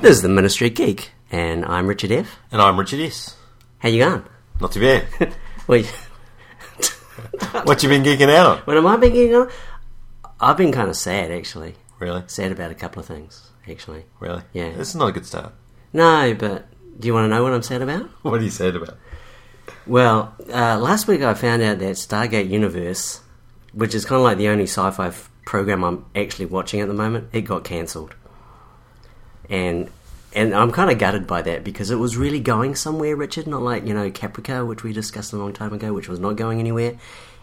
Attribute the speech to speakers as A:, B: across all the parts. A: This is the Ministry Geek, and I'm Richard F.
B: And I'm Richard S.
A: How you going?
B: Not too bad.
A: Wait,
B: what you been geeking out on?
A: what am I been getting on? I've been kind of sad, actually.
B: Really?
A: Sad about a couple of things, actually.
B: Really?
A: Yeah.
B: This is not a good start.
A: No, but do you want to know what I'm sad about?
B: What are you sad about?
A: Well, uh, last week I found out that Stargate Universe, which is kind of like the only sci-fi f- program I'm actually watching at the moment, it got cancelled. And and I'm kind of gutted by that because it was really going somewhere, Richard. Not like you know Caprica, which we discussed a long time ago, which was not going anywhere.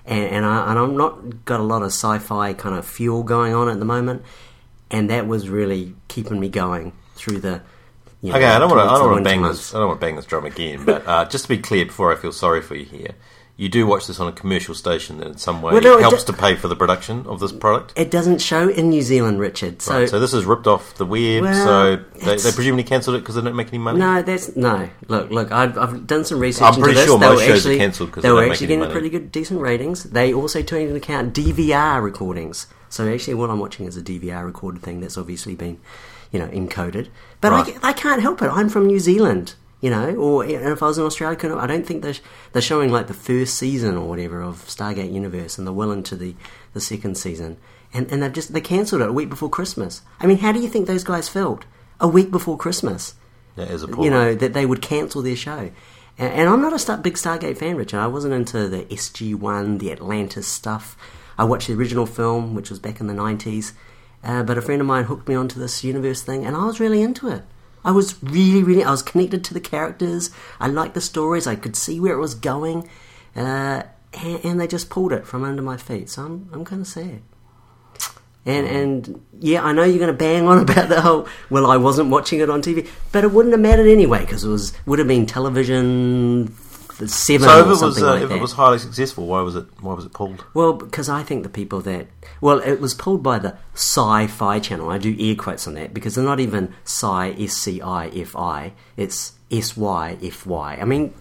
A: And and, I, and I'm not got a lot of sci-fi kind of fuel going on at the moment, and that was really keeping me going through the. You know,
B: Okay, I don't want to.
A: towards the
B: I don't want
A: winter
B: to bang
A: months.
B: this. I don't want to bang this drum again. But uh, just to be clear, before I feel sorry for you here, you do watch this on a commercial station that, in some way,
A: Well, no, it
B: helps
A: do-
B: to pay for the production of this product.
A: It doesn't show in New Zealand, Richard. So,
B: So this is ripped off the web.
A: uh, Well,
B: so they,
A: it's-
B: they presumably cancelled it because they don't make any money.
A: No, that's no. Look, look. I've, I've done some research.
B: I'm
A: into
B: pretty
A: this.
B: sure
A: They
B: most
A: were
B: shows are
A: actually-
B: cancelled 'cause
A: they
B: they
A: were
B: don't make
A: actually
B: any
A: getting
B: money.
A: pretty good, decent ratings. They also took into account DVR recordings. So actually, what I'm watching is a DVR recorded thing that's obviously been, you know, encoded. But I
B: Right.
A: ca- I, can't help it. I'm from New Zealand, you know. Or and if I was in Australia, I, couldn't, I don't think they're, sh- they're showing like the first season or whatever of Stargate Universe, and they're well into the the second season. And, and they've just they cancelled it a week before Christmas. I mean, how do you think those guys felt a week before Christmas?
B: That is a poor
A: you
B: one.
A: know, that they would cancel their show. And, and I'm not a star, big Stargate fan, Richard. I wasn't into the SG1, the Atlantis stuff. I watched the original film, which was back in the 90s. Uh, but a friend of mine hooked me onto this universe thing, and I was really into it. I was really, really, I was connected to the characters. I liked the stories. I could see where it was going. Uh, and, and they just pulled it from under my feet. So I'm, I'm kind of sad. And
B: Mm.
A: and yeah, I know you're going to bang on about the whole. Well, I wasn't watching it on TV, but it wouldn't have mattered anyway because it was would have been television th- seven
B: So
A: or
B: if it was
A: something
B: uh,
A: like
B: if
A: that.
B: it was highly successful, why was it why was it pulled?
A: Well, because I think the people that well, it was pulled by the Sci-Fi Channel. I do ear quotes on that because they're not even Sci S C I F I. It's S Y F Y. I mean,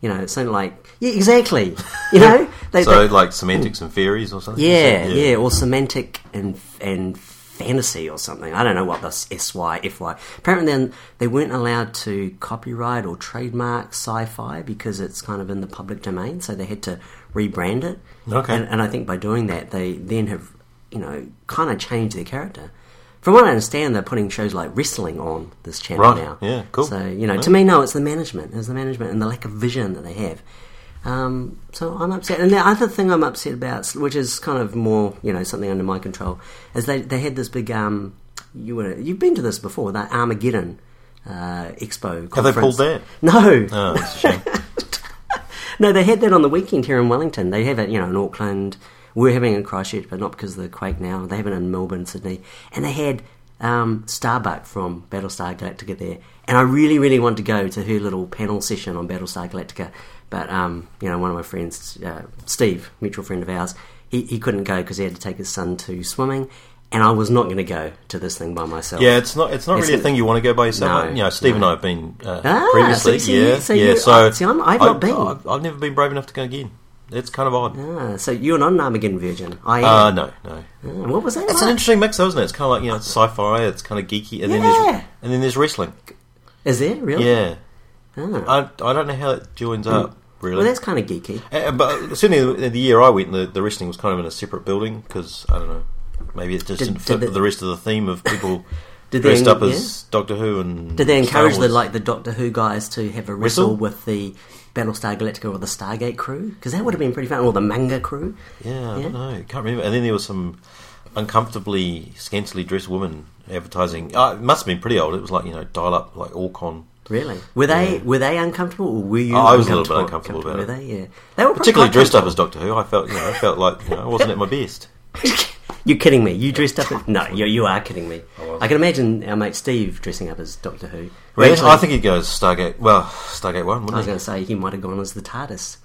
A: you know, it's something like yeah, exactly. You know, they,
B: So like semantics and fairies or something.
A: Yeah, yeah, or semantic and and fantasy or something. I don't know what this SY, FY. Apparently, then they weren't allowed to copyright or trademark sci-fi because it's kind of in the public domain, so they had to rebrand it.
B: Okay.
A: And, and I think by doing that, they then have you know kind of changed their character. From what I understand, they're putting shows like wrestling on this channel
B: Right,
A: now.
B: yeah, cool.
A: So you know,
B: Yeah.
A: to me, no, it's the management. It's the management and the lack of vision that they have. Um, so I'm upset. And the other thing I'm upset about, which is kind of more, you know, something under my control, is they, they had this big, um, you were, you've been to this before, that Armageddon uh, expo conference.
B: Have they pulled that?
A: No.
B: Oh, it's a shame.
A: No, they had that on the weekend here in Wellington. They have it, you know, in Auckland. We're having it in Christchurch, but not because of the quake now. They have it in Melbourne, Sydney. And they had um, Starbuck from Battlestar Galactica there. And I really, really wanted to go to her little panel session on Battlestar Galactica. But, um, you know, one of my friends, uh, Steve, mutual friend of ours, he, he couldn't go because he had to take his son to swimming. And I was not going to go to this thing by myself.
B: Yeah, it's not. It's not
A: It's
B: really
A: n-
B: a thing you want to go by yourself.
A: No,
B: you know, Steve and
A: no.
B: I have been uh,
A: Ah,
B: previously.
A: so you-
B: yeah,
A: so
B: yeah.
A: you-
B: so
A: see, I'm- I've not been.
B: I've, I've never been brave enough to go again. It's kind of odd.
A: Ah, so you're not an Armageddon virgin. I am.
B: Uh, no, no.
A: Ah, what was that?
B: It's an
A: like?
B: interesting mix, though, isn't it? It's kind of like you know, it's sci-fi. It's kind of geeky, and then
A: Yeah.
B: there's and then there's wrestling.
A: Is there? Really?
B: Yeah,
A: Ah.
B: I, I don't know how it joins up
A: Mm.
B: really.
A: Well, that's kind of geeky.
B: Uh, but certainly the- the year I went, the, the wrestling was kind of in a separate building because I don't know, maybe it
A: Did-
B: just didn't
A: did
B: fit
A: the-
B: with the rest of the theme of people
A: Did they
B: dressed up
A: en-
B: as Doctor Who and
A: Did they
B: Star
A: encourage the
B: Wars.
A: like the Doctor Who guys to have a wrestle
B: Wrestle?
A: with the Battlestar Galactica or the Stargate crew? Because that would have been pretty fun. Or the manga crew.
B: Yeah, I
A: Yeah?
B: don't know. Can't remember. And then there was some uncomfortably scantily dressed women advertising. Uh, it must have been pretty old. It was like you know, dial up like Orcon.
A: Really? Were they were they uncomfortable or were you?
B: Oh, I was a little bit uncomfortable
A: Were
B: about
A: they? Yeah. They were
B: Particularly dressed up as Doctor Who, I felt you know, I felt like you know, I wasn't at my best.
A: You're kidding me. You dressed up as no. You you are kidding me.
B: I was.
A: I can imagine our mate Steve dressing up as Doctor Who.
B: Really,
A: Actually,
B: I think he goes Stargate. Well, Stargate One,
A: I was
B: wouldn't he?
A: going to say he might have gone as the TARDIS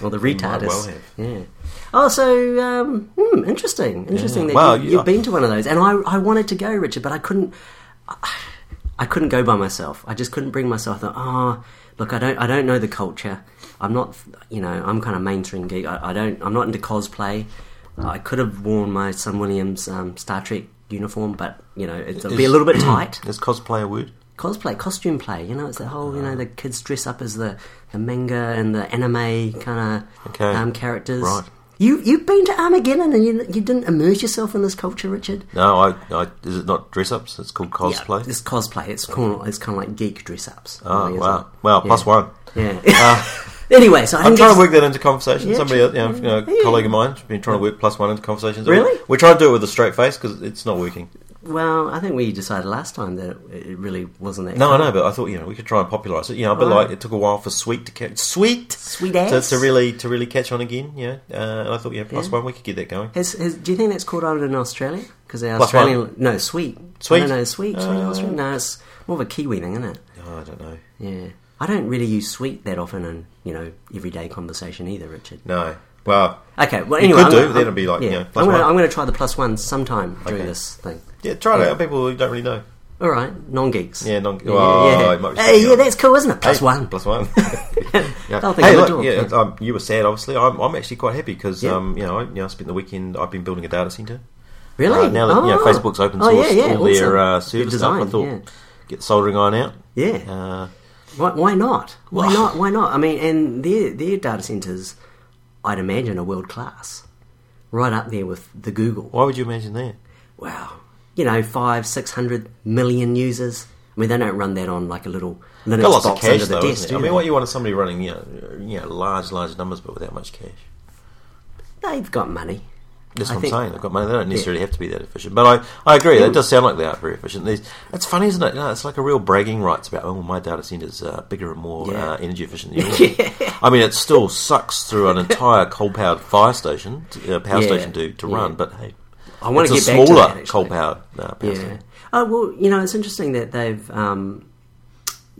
A: or the retardis.
B: well have.
A: Yeah. Oh, so um, hmm, interesting, interesting that
B: Wow,
A: you,
B: you-
A: you've been to one of those, and I, I wanted to go, Richard, but I couldn't. I couldn't go by myself. I just couldn't bring myself. I thought, oh, look, I don't, I don't know the culture. I'm not, you know, I'm kind of mainstream geek. I, I don't, I'm not into cosplay. I could have worn my Son Williams um, Star Trek uniform, but you know it's, it'll
B: Is-
A: be a little bit tight.
B: Is cosplay a word?
A: Cosplay, costume play. You know, it's the whole.
B: Ah.
A: You know, the kids dress up as the the manga and the anime kind of
B: Okay.
A: um, characters.
B: Right.
A: You you've been to Armageddon and you you didn't immerse yourself in this culture, Richard.
B: No, I, I is it not dress ups? It's called cosplay.
A: Yeah, it's cosplay. It's called, it's kind of like geek dress ups.
B: oh wow, wow, plus one. Uh,
A: Yeah. anyway, so I
B: I'm
A: think
B: trying
A: it's-
B: to work that into conversation.
A: Yeah,
B: Somebody,
A: sure.
B: else, you know, you know,
A: Yeah.
B: a colleague of mine's been trying to work plus one into conversations.
A: Really?
B: We're trying to do it with a straight face because it's not working.
A: Well, I think we decided last time that it it really wasn't that.
B: No, I know, but I thought you know we could try and popularise it. You know, but
A: Right.
B: like it took a while for Sweet to catch Sweet,
A: Sweet
B: to,
A: ass.
B: to really to really catch on again. Yeah, uh, and I thought yeah, plus
A: Yeah.
B: one we could get that going.
A: Has, has, do you think that's called out in Australia? Because our
B: Plus
A: Australian no sweet
B: Sweet.
A: no no sweet sweet
B: Uh,
A: Australian no it's more of a Kiwi thing, isn't it?
B: Oh, I don't know.
A: Yeah, I don't really use sweet that often in you know everyday conversation either, Richard.
B: No, well,
A: Okay, well anyway,
B: could
A: I'm
B: do,
A: gonna-
B: but then it'd be like,
A: yeah,
B: you know, plus
A: I'm gonna,
B: one.
A: I'm going to try the plus one sometime during
B: Okay.
A: this thing.
B: yeah, try it out. People who don't really know.
A: All right, non geeks.
B: Yeah, non- oh, it might be
A: Hey,
B: something
A: yeah,
B: else.
A: that's cool, isn't it? Plus
B: Hey,
A: one.
B: plus one. Yeah.
A: Don't think
B: Hey,
A: I'm a
B: look,
A: dork,
B: yeah,
A: yeah.
B: um, you were sad, obviously. I'm, I'm actually quite happy because
A: Yeah.
B: um, you know, I, you know, I spent the weekend. I've been building a data center.
A: Really?
B: Uh, now that you know,
A: Oh.
B: Facebook's open
A: Oh,
B: source
A: yeah, yeah,
B: all
A: awesome.
B: their uh,
A: Good
B: service
A: design,
B: stuff, I thought
A: yeah.
B: get the soldering iron out.
A: Yeah.
B: Uh,
A: Why, why not? Why
B: Well-
A: not? Why not? I mean, and their their data centers, I'd imagine, are world class, right up there with the Google.
B: why would you imagine that?
A: Wow, you know, five six hundred million users. I mean, they don't run that on like a little Linux
B: Got lots of
A: box
B: cash
A: under the
B: though,
A: desk.
B: isn't it? I
A: do
B: mean,
A: they?
B: what you want is somebody running, you know, you know, large, large numbers, but without much cash.
A: They've got money.
B: That's
A: I
B: what I'm
A: think- Hmm.
B: saying. They've got money. They don't necessarily have to be that efficient. But I, I agree. That does sound like they aren't very efficient. There's, it's funny, isn't it? You know, it's like a real bragging rights about, oh, my data center's uh, bigger and more
A: Yeah.
B: uh, energy efficient than yours. I mean, it still sucks through an entire coal-powered fire station, to, uh, power
A: Yeah.
B: station to, to
A: Yeah.
B: run, but hey.
A: I want
B: it's
A: to
B: a
A: get back to
B: smaller
A: that, actually.
B: coal-powered uh, power
A: Yeah.
B: station.
A: Oh well, you know, it's interesting that they've um,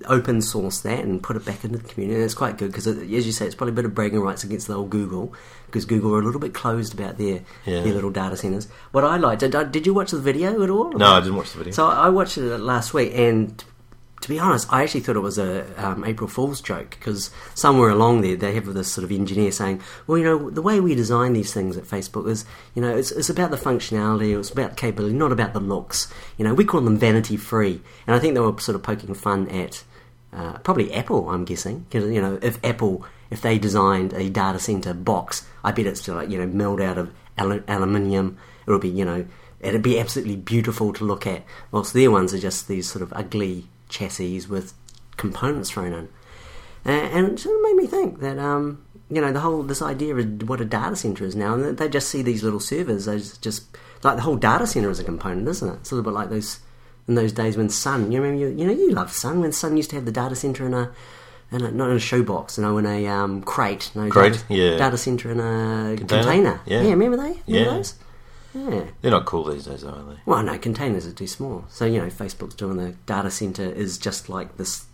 A: open sourced that and put it back into the community. And it's quite good because, as you say, it's probably a bit of bragging rights against the old Google because Google are a little bit closed about their
B: Yeah.
A: their little data centers. What I liked, did, did you watch the video at all?
B: No, I didn't watch the video.
A: So I watched it last week, and to be honest, I actually thought it was a um, April Fool's joke because somewhere along there they have this sort of engineer saying, "Well, you know, the way we design these things at Facebook is, you know, it's, it's about the functionality, it's about capability, not about the looks. You know, we call them vanity free." And I think they were sort of poking fun at uh, probably Apple, I'm guessing. 'Cause, you know, if Apple, if they designed a data center box, I bet it's like you know milled out of alu- aluminium. It would be you know, it'd be absolutely beautiful to look at. Whilst their ones are just these sort of ugly chassis with components thrown in, uh, and it sort of made me think that um, you know the whole this idea of what a data center is now, and that they just see these little servers as just like the whole data center is a component, isn't it? It's a little bit like those in those days when Sun. You remember, you, you know, you love Sun when Sun used to have the data center in a, in a not in a shoebox, you know, in a um, crate, no
B: Crate,
A: data,
B: yeah.
A: data center in a container.
B: yeah.
A: remember they? Remember
B: Yeah.
A: those? Yeah.
B: They're not cool these days, though, are they?
A: Well, no, containers are too small. So you know, Facebook's doing the data center is just like this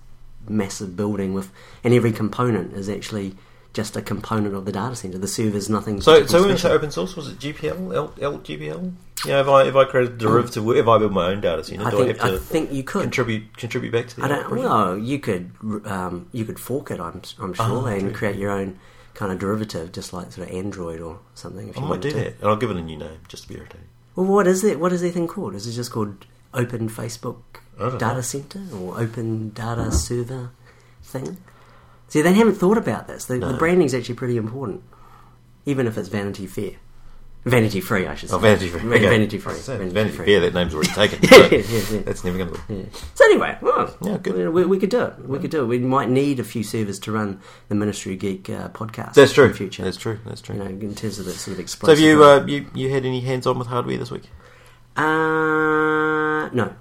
A: massive building with, and every component is actually just a component of the data center. The server's nothing.
B: So,
A: particularly
B: so when you say
A: special.
B: open source, was it GPL, L, LGPL? You know, if I if I create a derivative, if I build my own data center,
A: Mm. I
B: do
A: think
B: I
A: I
B: have to
A: think you could.
B: contribute contribute back to the
A: I don't.
B: project?
A: Well, you could um, you could fork it. I'm I'm sure
B: Oh,
A: and
B: okay.
A: create your own kind of derivative, just like sort of Android or something. If
B: Oh, I
A: you
B: might
A: wanted
B: do
A: to.
B: that, and I'll give it a new name just to be irritating.
A: Well, what is it? What is their thing called? Is it just called Open Facebook
B: I don't know.
A: Data Center or Open Data Server thing? See, they haven't thought about this. The, the
B: No.
A: branding's actually pretty important, even if it's vanity fair, vanity free, I should say.
B: Oh, Vanity Fair.
A: Va-
B: Okay.
A: vanity free,
B: I was saying,
A: vanity,
B: Vanity
A: free.
B: Fair. That name's already taken.
A: Yeah,
B: so
A: yeah, yeah.
B: That's never going to.
A: Yeah. So anyway, well,
B: Yeah, good.
A: we- We, we could do it. We could do it. We might need a few servers to run the Ministry of Geek uh, podcast.
B: That's true.
A: In the future,
B: That's true. That's true.
A: You know, in terms of that sort of
B: so have
A: explosive.
B: you, uh, you you had any hands on with hardware this week?
A: uh, no,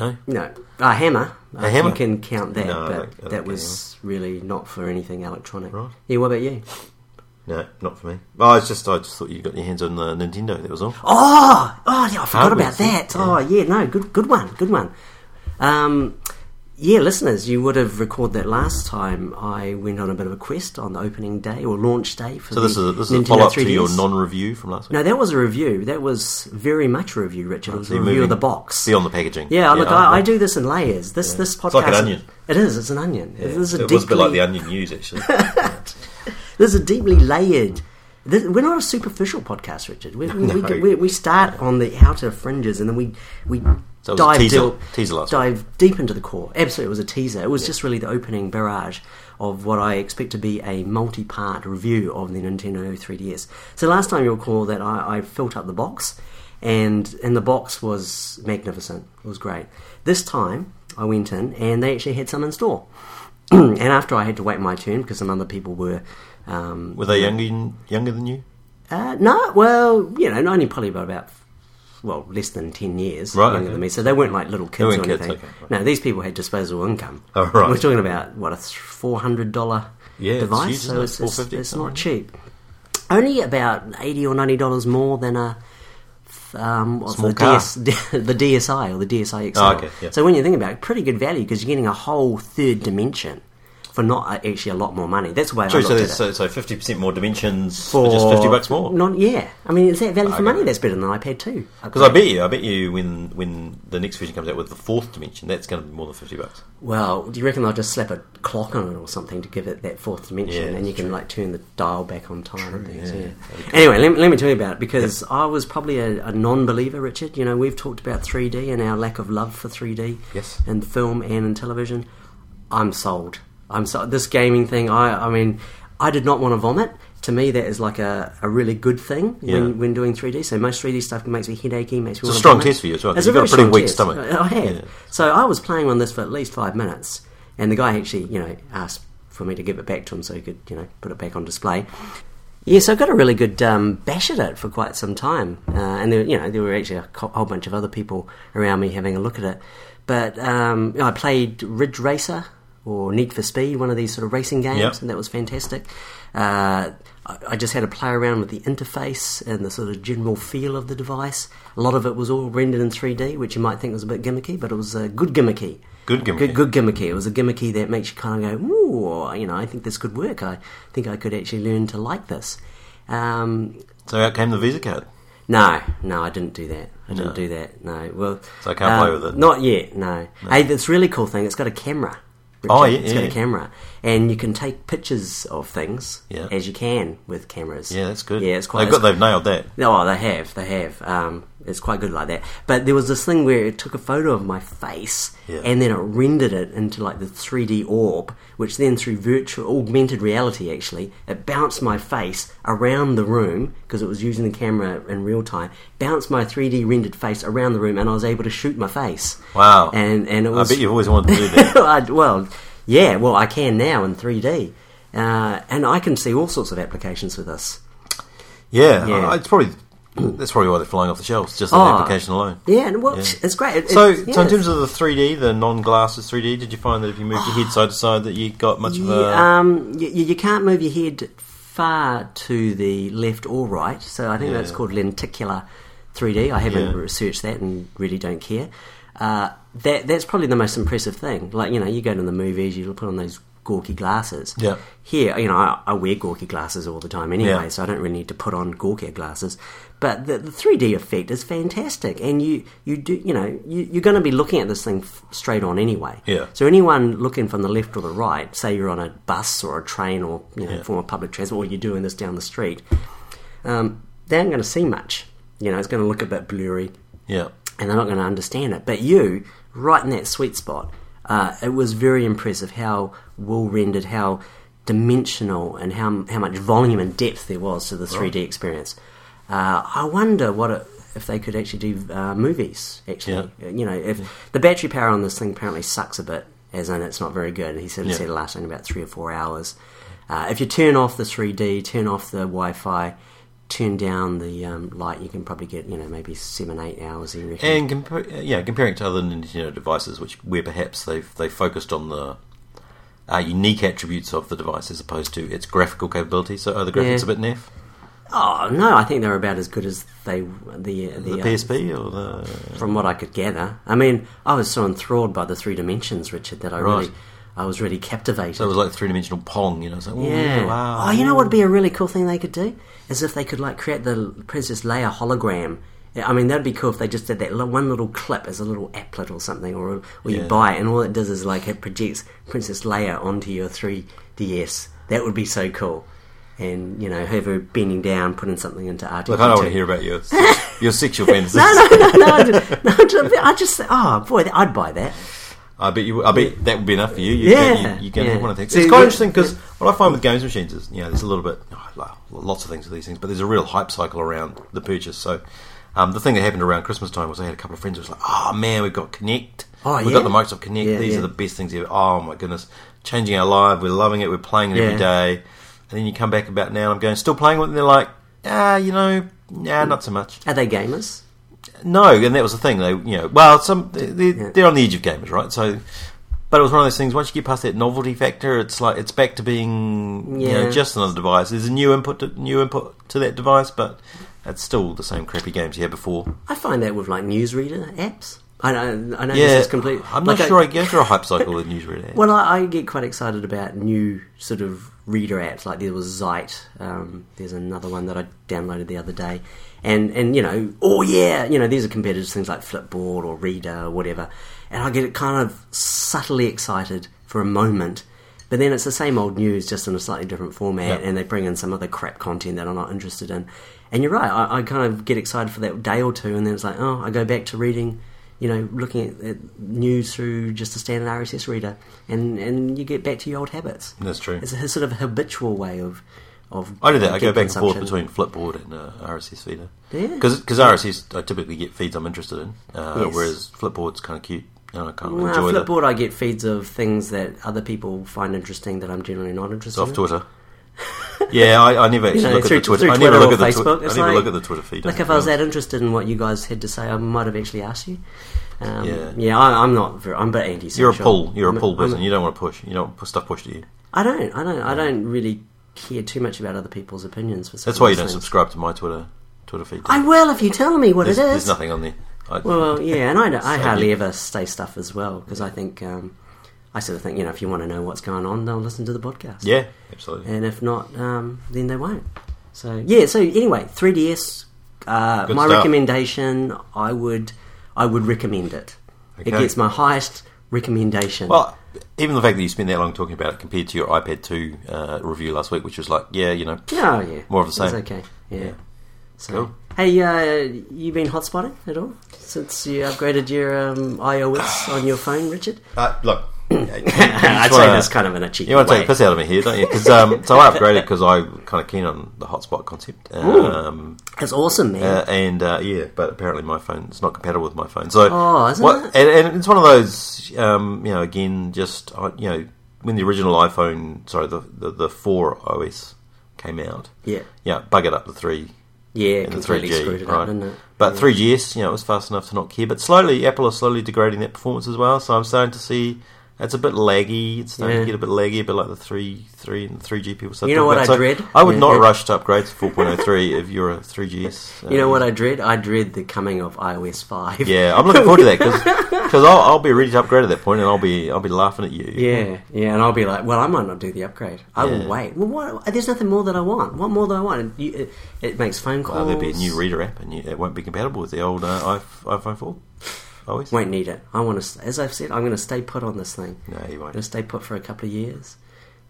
B: No.
A: No, uh, hammer. I think
B: hammer?
A: You can count that,
B: No, I
A: but
B: don't- I
A: that
B: don't count
A: was really not for anything electronic.
B: Right.
A: Yeah. What about you?
B: No, not for me. Oh, it's just I just thought you got your hands on the Nintendo. That was all.
A: Oh, oh, yeah, I forgot
B: Hardware,
A: about
B: yeah.
A: that. Oh, yeah, no, good, good one, good one. Um, yeah, listeners, you would have recorded that last time. I went on a bit of a quest on the opening day or launch day for
B: So
A: the
B: this is this is
A: Oh, Nintendo
B: a follow up to
A: 3DS.
B: your non-review from last week.
A: No, that was a review. That was very much a review, Richard. It was
B: Oh, So
A: a
B: you're
A: review of
B: moving
A: the box.
B: beyond the packaging.
A: Yeah, look, I, I
B: right.
A: do this in layers. This this podcast.
B: It's like an onion.
A: It is. It's an onion.
B: Yeah.
A: This is a
B: it was a bit
A: deeply-
B: like the Onion News actually.
A: This is a deeply layered This, we're not a superficial podcast, Richard. We, we, we, we, we start on the outer fringes and then we, we
B: So it was a
A: dive,
B: teaser,
A: deep,
B: teaser last week.
A: dive deep into the core. Absolutely, it was a teaser. It was just really the opening barrage of what I expect to be a multi part review of the Nintendo 3DS. So last time you'll recall that I, I filled up the box, and, and the box was magnificent. It was great. This time I went in and they actually had some in store. and after I had to wait my turn because some other people were. Um,
B: Were they younger younger than you?
A: uh, no, well, you know, only probably by about well less than ten years
B: Right,
A: younger
B: okay.
A: than me. So they weren't like little kids or
B: weren't kids,
A: anything.
B: okay, right.
A: No, these people had disposable income.
B: Oh, right.
A: We're talking about what a four hundred dollar
B: Yeah, it's
A: device,
B: huge, isn't
A: so
B: it?
A: it's, it's,
B: 450,
A: it's
B: something
A: not
B: like
A: cheap. Only about eighty or ninety dollars more than a. Um, what's
B: Small
A: the,
B: car.
A: DS, the DSi or the DSi XL.
B: Oh, okay, yeah.
A: So when you think about it, pretty good value because you're getting a whole third dimension for not uh, actually a lot more money. That's the way I
B: True.
A: looked
B: So
A: at it
B: there's- so so fifty percent more dimensions for just fifty bucks more.
A: not- yeah, I mean, is that value for
B: Okay.
A: money? That's better than iPad two.
B: Because I bet you, I bet you, when when the next version comes out with the fourth dimension, that's going to be more than fifty bucks.
A: Well, do you reckon they'll just slap a clock on it or something to give it that fourth dimension,
B: Yeah,
A: and you
B: that's
A: can like turn the dial back on time? and things,
B: yeah.
A: yeah.
B: That'd
A: Anyway, let, me- let me tell you about it because I was probably a, a non-believer, Richard. You know, we've talked about 3D and our lack of love for 3D
B: Yes.
A: in film and in television. I'm sold. I'm so this gaming thing. I I mean, I did not want to vomit. To me, that is like a, a really good thing
B: Yeah.
A: when, when doing 3D. So most 3D stuff makes me headachy, makes me
B: It's
A: want
B: a
A: to
B: strong
A: vomit.
B: test for you as well, 'cause
A: It's
B: you've got a
A: very
B: pretty
A: strong
B: weak
A: test.
B: stomach.
A: I had.
B: Yeah.
A: So I was playing on this for at least five minutes, and the guy actually, you know, asked for me to give it back to him so he could, you know, put it back on display. Yes, I got a really good um, bash at it for quite some time, uh, and there, you know there were actually a co- whole bunch of other people around me having a look at it. But um, I played Ridge Racer or Need for Speed, one of these sort of racing games,
B: Yep.
A: and that was fantastic. Uh, I, I just had to play around with the interface and the sort of general feel of the device. A lot of it was all rendered in 3D, which you might think was a bit gimmicky, but it was uh, good gimmicky.
B: Good gimmicky.
A: Good, good gimmicky. It was a gimmicky that makes you kind of go, ooh, you know, I think this could work. I think I could actually learn to like this. Um,
B: So out came the Visa card.
A: no, no, I didn't do that. I didn't
B: No.
A: do that. No, well, um,
B: So I can't play with it?
A: Not yet. No. Hey, this really cool thing. It's got a camera.
B: Oh,
A: Richard.
B: yeah,
A: it's got a
B: yeah.
A: camera, and you can take pictures of things
B: Yeah.
A: as you can with cameras.
B: Yeah, that's good.
A: Yeah, it's quite.
B: They've, got, they've nailed that.
A: Oh, they have, they have. Um, it's quite good like that. But there was this thing where it took a photo of my face
B: Yeah.
A: and then it rendered it into like the 3D orb, which then through virtual augmented reality actually, it bounced my face around the room because it was using the camera in real time. Bounced my 3D rendered face around the room, and I was able to shoot my face.
B: Wow.
A: And and it
B: I
A: was
B: bet you've always wanted to do that.
A: I- well, yeah, well, I can now in 3D. Uh, and I can see all sorts of applications for this.
B: Yeah,
A: Yeah.
B: I- it's probably that's probably why they're flying off the shelves. Just on
A: Oh.
B: application alone.
A: Yeah, and well,
B: Yeah.
A: it's great. It-
B: So,
A: it's-
B: so
A: yeah.
B: in terms of the 3D, the non-glasses 3D, did you find that if you moved your head side to side, that you got much of a
A: Oh. Yeah, um, you, you can't move your head far to the left or right, so I think
B: Yeah.
A: that's called lenticular 3D. I haven't
B: Yeah.
A: researched that and really don't care. Uh, that that's probably the most impressive thing. Like you know, you go to the movies, you put on those gawky glasses.
B: Yeah.
A: Here, you know, I, I wear gawky glasses all the time anyway,
B: Yeah.
A: so I don't really need to put on gawky glasses. But the, the 3D effect is fantastic, and you you do you know you, you're going to be looking at this thing f- straight on anyway.
B: Yeah.
A: So anyone looking from the left or the right, say you're on a bus or a train or you know
B: Yeah.
A: form of public transport, or you're doing this down the street, um, they aren't going to see much. You know, it's going to look a bit blurry,
B: yeah?
A: and they're not going to understand it. But you, right in that sweet spot, uh, it was very impressive how well rendered, how dimensional, and how how much volume and depth there was to the 3D experience. Uh, I wonder what it, if they could actually do uh, movies. Actually, you know, if the battery power on this thing apparently sucks a bit, as in it's not very good. He said it
B: Yeah.
A: said it lasting about three or four hours. Uh, if you turn off the 3D, turn off the Wi-Fi. Turn down the um, light. You can probably get you know maybe seven eight hours. You reckon?
B: And compa- yeah, comparing it to other Nintendo devices, which where perhaps they've they focused on the uh, unique attributes of the device as opposed to its graphical capability. So are the graphics
A: Yeah.
B: a bit naff?
A: Oh no, I think they're about as good as they the the,
B: The
A: uh,
B: PSP or the
A: from what I could gather. I mean, I was so enthralled by the three dimensions, Richard, that I
B: Right.
A: really I was really captivated.
B: so it was like three dimensional Pong. You know, it's like oh,
A: yeah.
B: wow.
A: Oh, you know what would be a really cool thing they could do is if they could like create the Princess Leia hologram. I mean, that'd be cool if they just did that li- one little clip as a little applet or something, or or you
B: Yeah.
A: buy it and all it does is like it projects Princess Leia onto your 3DS. That would be so cool. and you know have her bending down, putting something into RTD.
B: Look, I don't want to hear about your your sexual fantasies.
A: No, no, no, no. I just, no, I just- I just oh boy, I'd buy that.
B: I bet you. I bet that would be enough for you. You
A: Yeah,
B: can, you, you can
A: yeah.
B: have one of the things.
A: See,
B: it's quite
A: the-
B: interesting because what I find with games machines is, you know, there's a little bit, oh, lo- lots of things with these things, but there's a real hype cycle around the purchase. So, um, the thing that happened around Christmas time was I had a couple of friends who was like, "Oh man, we've got Connect.
A: Oh,
B: we've
A: yeah.
B: got the Microsoft Connect.
A: Yeah,
B: these
A: yeah.
B: are the best things ever. Oh my goodness, changing our life. We're loving it. We're playing it every
A: Yeah.
B: day. And then you come back about now, and I'm going still playing with, it, and they're like, ah, you know,
A: Mm.
B: nah, not so much.
A: Are they gamers?
B: No, and that was the thing. They, you know, well, some they, they're on the edge of gamers, right? So, but it was one of those things. Once you get past that novelty factor, it's like it's back to being you know
A: Yeah.
B: just another device. There's a new input, to, new input to that device, but it's still the same crappy games you had before.
A: I find that with like newsreader apps. I know, I know
B: Yeah,
A: this is complete.
B: I'm not
A: like,
B: sure I go through a hype cycle with newsreader.
A: Well, I, I get quite excited about new sort of reader apps. Like there was Zeit. Um, there's another one that I downloaded the other day, and and you know, oh yeah, you know, these are competitors, things like Flipboard or Reader or whatever. And I get kind of subtly excited for a moment, but then it's the same old news, just in a slightly different format,
B: Yeah.
A: and they bring in some other crap content that I'm not interested in. And you're right, I, I kind of get excited for that day or two, and then it's like, oh, I go back to reading, you know, looking at, at news through just a standard RSS reader, and, and you get back to your old habits.
B: That's true.
A: It's a sort of habitual way of of.
B: I do that. I go
A: of
B: back and forth
A: consumption.
B: between Flipboard and uh, RSS feeder
A: Yeah.
B: because RSS I typically get feeds I'm interested in, uh,
A: Yes.
B: whereas Flipboard's kind of cute. And I kind of
A: Well,
B: enjoy that.
A: Flipboard, I get feeds of things that other people find interesting that I'm generally not interested
B: off
A: in.
B: Twitter. yeah, I, I never actually
A: know,
B: look
A: through-
B: at the Twitter.
A: through
B: I never
A: Twitter
B: look at
A: or
B: the
A: Facebook,
B: Twitter. I
A: it's
B: never
A: like-
B: look at the Twitter feed.
A: Like, if I was that interested in what you guys had to say, I might have actually asked you. Um,
B: Yeah.
A: yeah, I, I'm not. Very, I'm a bit anti-social.
B: you're a pull. You're a pull
A: I'm
B: person. you don't want to push. You don't want stuff pushed at you.
A: I don't. I don't. I don't really care too much about other people's opinions. For some
B: That's why you
A: of
B: don't
A: these things.
B: subscribe to my Twitter Twitter feed.
A: I will if you tell me what
B: there's,
A: it
B: there's
A: is.
B: nothing on there. I,
A: Well, yeah, and I, don't- I
B: So
A: hardly
B: you-
A: ever say stuff as well because I think um, I sort of think you know if you want to know what's going on, they'll listen to the podcast.
B: yeah, absolutely.
A: and if not, um, then they won't. So yeah. So anyway, 3ds. Uh,
B: Good
A: my
B: stuff.
A: recommendation, I would, I would recommend it. It
B: Okay.
A: gets my highest recommendation.
B: Well, even the fact that you spent that long talking about it compared to your iPad 2 uh, review last week, which was like, yeah, you know,
A: oh, yeah,
B: more of the
A: It's
B: same.
A: okay. Yeah.
B: Yeah.
A: So,
B: Cool.
A: hey, uh, you been hotspotting at all since you upgraded your um, iOS on your phone, Richard?
B: Uh, look,
A: I'd say that's kind of in a cheeky
B: You want to
A: way.
B: take the piss out of me here, don't you? 'Cause, um, so I upgraded because I'm kind of keen on the hotspot concept. Um,
A: That's awesome, man.
B: Uh, and uh, yeah, but apparently my phone it's not compatible with my phone. So
A: Oh, isn't it?
B: And, and it's one of those, um, you know, again, just uh, you know, when the original iPhone, sorry, the the, the four OS came out,
A: yeah,
B: yeah, bug it up the three
A: yeah,
B: and the
A: completely
B: three G,
A: screwed it
B: right?
A: up, didn't it?
B: But 3GS, you know, it was fast enough to not care. But slowly, Apple are slowly degrading that performance as well. So I'm starting to see. It's a bit laggy. It's starting
A: Yeah.
B: to get a bit laggy, but like the three, three, and three G people. start
A: You know
B: talking
A: what
B: about.
A: I
B: So
A: dread?
B: I would
A: Yeah.
B: not rush to upgrade to 4.03 if you're a three uh, GS.
A: You know what I dread? I dread the coming of iOS five.
B: Yeah, I'm looking forward to that because I'll, I'll be ready to upgrade at that point, and I'll be I'll be laughing at you.
A: Yeah, yeah, and I'll be like, well, I might not do the upgrade. I
B: Yeah.
A: will wait. Well, what, there's nothing more that I want. What more do I want? You, it, it makes phone calls.
B: Well, Uh, there'll be a new reader app, and you, it won't be compatible with the old uh, iP- iPhone four. Always.
A: Won't need it. I want to, as I've said, I'm going to stay put on this thing.
B: No, you
A: I'm going to
B: won't.
A: stay put for a couple of years,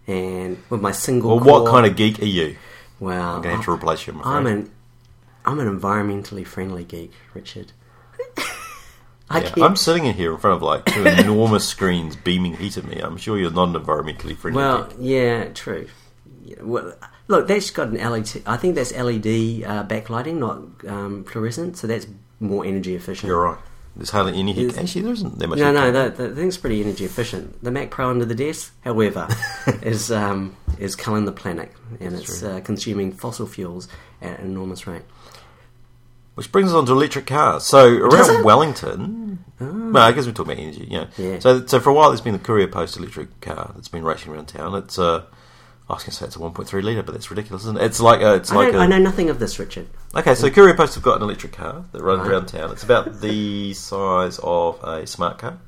A: and with my single.
B: Well, what kind of geek are you?
A: Wow,
B: I'm going to have to replace you. I'm afraid.
A: Oh, I'm an I'm an environmentally friendly geek, Richard. I
B: Yeah,
A: keep
B: I'm sitting in here in front of like two enormous screens beaming heat at me. I'm sure you're not an environmentally friendly.
A: well,
B: geek.
A: yeah, true. Yeah, well, look, that's got an LED. I think that's LED uh, backlighting, not um, fluorescent, so that's more energy efficient.
B: you're right. There's hardly any heat.
A: Is-
B: Actually, there isn't that much.
A: No,
B: heat.
A: no, the, the thing's pretty energy efficient. The Mac Pro under the desk, however, is um, is culling the planet and it's uh, consuming fossil fuels at an enormous rate.
B: Which brings us on to electric cars. So
A: Does
B: around
A: it? Oh.
B: Wellington, well, I guess we're talking about energy. You know.
A: Yeah.
B: So so for a while, there's been the Courier Post electric car that's been racing around town. It's uh, I was going to say it's a 1.3 liter, but that's ridiculous, isn't it? It's like a, it's
A: I,
B: like
A: don't,
B: a-
A: I know nothing of this, Richard.
B: okay. So Courier Post have got an electric car that runs
A: Right.
B: around town. It's about the size of a smart car,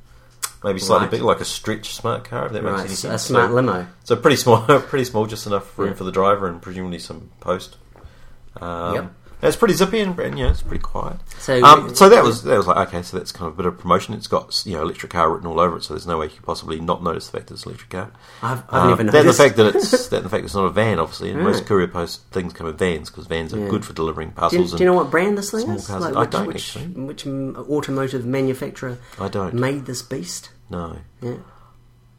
B: maybe slightly
A: Right.
B: bigger, like a stretch smart car. If that makes
A: Right,
B: any
A: s-
B: sense.
A: a smart
B: So-
A: limo.
B: so pretty small, pretty small, just enough room
A: Yeah.
B: for the driver and presumably some post. Um,
A: Yep.
B: It's pretty zippy and, and you know, it's pretty quiet.
A: So-
B: um, so that was that was like okay, so that's kind of a bit of promotion. It's got you know electric car written all over it, so there's no way you could possibly not notice the fact that it's an electric car. Um,
A: I've- I haven't even
B: that and the
A: noticed.
B: fact that it's that and the fact that it's not a van, obviously. And most
A: Right.
B: courier post things come in vans because vans are
A: Yeah.
B: good for delivering
A: Do you,
B: parcels.
A: do you know what brand this thing
B: small
A: is?
B: cars.
A: Like
B: I
A: which,
B: don't
A: which,
B: actually.
A: which m- automotive manufacturer
B: I don't.
A: made this beast?
B: No.
A: Yeah.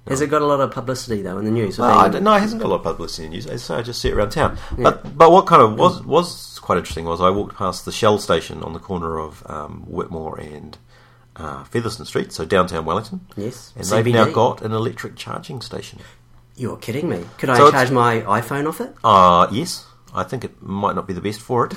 A: Has it got a lot of publicity though in the news?
B: Well, I don't, no, it hasn't got a lot of publicity in the news, so I just see it around town. But but what kind of was was quite interesting was I walked past the Shell station on the corner of um, Whitmore and uh, Featherston Street, so downtown Wellington.
A: Yes,
B: and
A: CBD.
B: they've now got an electric charging station.
A: You're kidding me. Could I
B: So it's-
A: charge my iPhone off it?
B: Uh, yes, I think it might not be the best for it.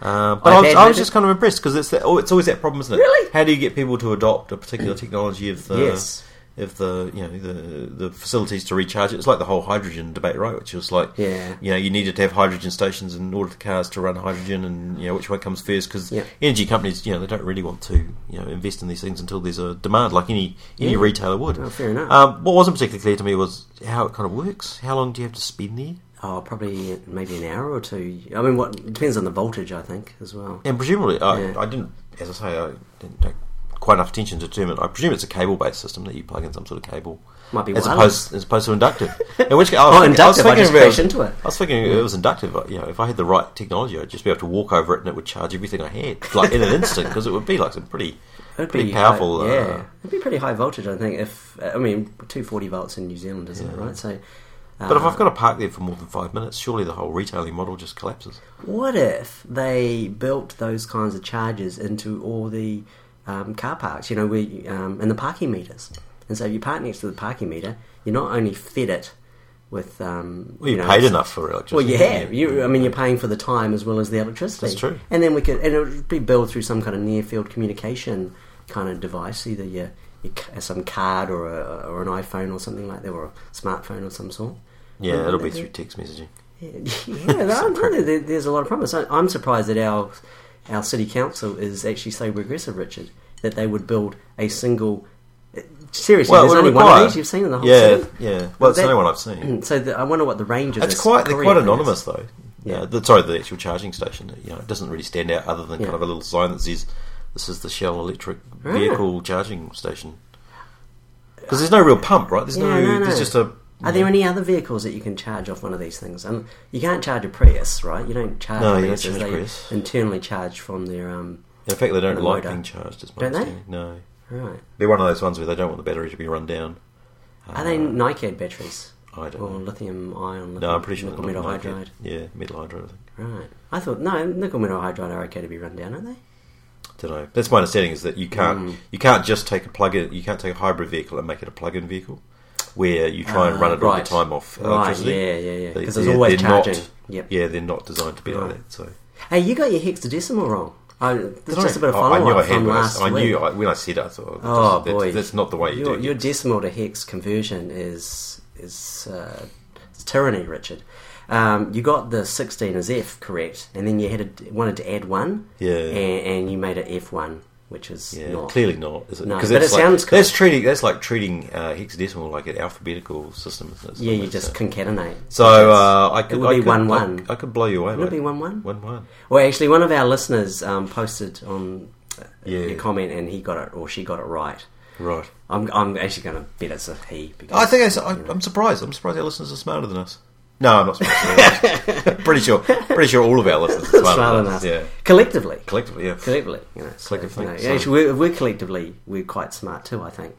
B: Uh,
A: iPad
B: but I was, I was
A: maybe?
B: just kind of impressed because it's that, oh, it's always that problem, isn't it?
A: Really?
B: How do you get people to adopt a particular technology if the
A: Yes.
B: if the you know the the facilities to recharge it? It's like the whole hydrogen debate, right? Which was like
A: Yeah.
B: you know you needed to have hydrogen stations in order for cars to run hydrogen, and you know which one comes first because
A: Yeah.
B: energy companies you know they don't really want to you know invest in these things until there's a demand, like any any
A: Yeah.
B: retailer would.
A: Oh, fair enough.
B: Um, what wasn't particularly clear to me was how it kind of works. How long do you have to spend there?
A: Oh, probably maybe an hour or two. I mean, what it depends on the voltage, I think, as well.
B: And presumably, I,
A: Yeah.
B: I didn't, as I say, I didn't take quite enough attention to determine. I presume it's a cable-based system that you plug in some sort of cable.
A: Might be
B: as
A: wireless.
B: opposed as opposed to inductive. In which case, I
A: Oh,
B: was thinking, I was
A: inductive, I
B: thinking
A: just
B: about-
A: crashed into it.
B: I was thinking it was inductive. You know, if I had the right technology, I'd just be able to walk over it and it would charge everything I had, like in an instant, because it would be like some pretty,
A: It'd
B: pretty
A: be
B: powerful.
A: high-
B: uh,
A: yeah, it'd be pretty high voltage, I think. If I mean, two forty volts in New Zealand, isn't it? Right. So, uh,
B: But if I've got to park there for more than five minutes, surely the whole retailing model just collapses.
A: what if they built those kinds of charges into all the um, car parks? You know, we um, and the parking meters. And so, if you park next to the parking meter, you're not only fed it with um,
B: Well, you,
A: know,
B: paid enough for electricity.
A: Well, you have. You, I mean, you're paying for the time as well as the electricity.
B: That's true.
A: And then we could, and it would be built through some kind of near field communication kind of device, either your, your ca- some card or a, or an iPhone or something like that, or a smartphone of some sort.
B: yeah,
A: Wouldn't
B: it'll
A: they
B: be
A: do?
B: through text messaging.
A: Yeah, yeah I'm telling you, there, there's a lot of promise. I, I'm surprised that our our city council is actually so regressive, Richard, that they would build a single. uh, Seriously,
B: Well,
A: there's
B: it would
A: only one
B: require-
A: of these you've seen in the whole
B: yeah,
A: city.
B: Yeah, Well, it's
A: That-
B: the only one I've seen.
A: So the, I wonder what the range of
B: It's
A: this
B: quite they're
A: courier
B: quite
A: thing is.
B: anonymous though.
A: Yeah.
B: Yeah. the, sorry, the actual charging station. You know, it doesn't really stand out other than
A: Yeah. Ah.
B: kind of a little sign that says, "This is the Shell electric vehicle charging station." Because there's no real pump, right? There's no,
A: Yeah, no, no.
B: There's just a.
A: Are there any other vehicles that you can charge off one of these things? Um, you can't charge a Prius, right? You don't charge
B: No, you don't
A: Priuses.
B: charge
A: they
B: Prius.
A: internally charge from their um.
B: In fact, they don't
A: No,
B: like
A: they don't.
B: being charged. As my
A: Don't they?
B: understanding. No,
A: Right.
B: they're one of those ones where they don't want the battery to be run down. Uh,
A: Are they NiCad batteries
B: I don't.
A: or
B: know.
A: lithium ion?
B: No, I'm pretty sure
A: nickel
B: they're
A: metal
B: not
A: hydride.
B: like it. Yeah, metal hydride. I think.
A: Right. I thought no nickel metal hydride are okay to be run down, aren't they?
B: Don't know. That's my understanding is that you
A: Mm.
B: can't you can't just take a plug in you can't take a hybrid vehicle and make it a plug in vehicle where you try and
A: Ah,
B: run it all
A: right.
B: the time off
A: Right,
B: electricity.
A: yeah, yeah, yeah.
B: They-
A: 'Cause there's
B: they're-
A: always
B: they're not-
A: charging. Yep.
B: Yeah, they're not designed to be like
A: Right.
B: that. So
A: Hey, you got your hexadecimal wrong. I, there's just a bit of
B: I- I
A: follow
B: knew I
A: up
B: had
A: from
B: when I-
A: last
B: I
A: week.
B: knew I, when I said it, I thought
A: Oh
B: that's,
A: boy,
B: that's, that's not the way you
A: your,
B: do
A: Your
B: it.
A: decimal to hex conversion is is uh, it's tyranny, Richard. Um, you got the sixteen as F correct, and then you had a, wanted to add one,
B: Yeah.
A: and, and you made it F one, which is
B: Yeah,
A: Eh, not
B: clearly not. Is it?
A: No,
B: 'Cause
A: but
B: that's
A: it
B: like-
A: sounds cool.
B: That's treating that's like treating uh, hexadecimal like an alphabetical system. Isn't it?
A: Yeah, you
B: So-
A: just concatenate.
B: So
A: It's-
B: uh, I could
A: it would
B: I
A: be
B: could-
A: one
B: I-
A: one.
B: I, could blow you away.
A: Would it
B: mate.
A: be one one?
B: One one.
A: Well, actually, one of our listeners um, posted on uh,
B: Yeah.
A: your comment, and he got it or she got it right.
B: Right.
A: I'm, I'm actually going to bet it's a he. Because
B: I think I, I'm surprised. I'm surprised our listeners are smarter than us. No, I'm not surprised. pretty sure. Pretty sure all of our listeners are smarter,
A: Smart
B: than
A: enough.
B: us. Yeah,
A: Collectively.
B: collectively. Yeah.
A: collectively, you know. So,
B: Collective
A: you know,
B: thing, so-
A: actually, we're, we're collectively we're quite smart too. I think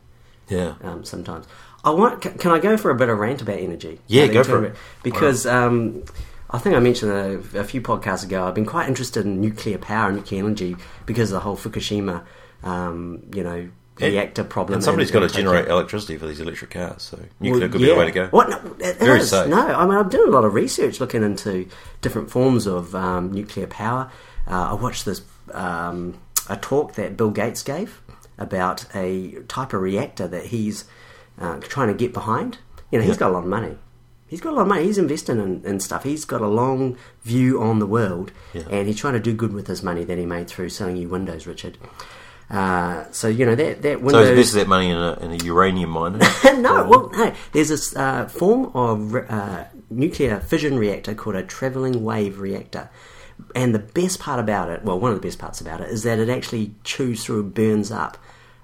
B: Yeah.
A: um, sometimes. I want. Can, can I go for a bit of rant about energy?
B: Yeah,
A: About
B: go
A: energy
B: for it.
A: about- Because um, I think I mentioned a, a few podcasts ago. I've been quite interested in nuclear power, nuclear energy, because of the whole Fukushima, um, you know,
B: And-
A: reactor problem.
B: And somebody's got to
A: and taking-
B: generate electricity for these electric cars, so nuclear
A: well,
B: could be the way to go.
A: What? No, it- it
B: Very
A: is.
B: safe.
A: No, I mean, I'm doing a lot of research looking into different forms of um, nuclear power. Uh, I watched this um, a talk that Bill Gates gave about a type of reactor that he's uh, trying to get behind. You know, he's
B: Yeah.
A: got a lot of money. He's got a lot of money. He's investing in, in stuff. He's got a long view on the world,
B: Yeah.
A: and he's trying to do good with his money that he made through selling you Windows, Richard. Uh, so you know that that
B: So
A: Windows
B: he's invested that money in a, in a uranium mine.
A: no, well, no. There's this uh, form of re- uh, nuclear fission reactor called a travelling wave reactor. and the best part about it, well, one of the best parts about it, is that it actually chews through, burns up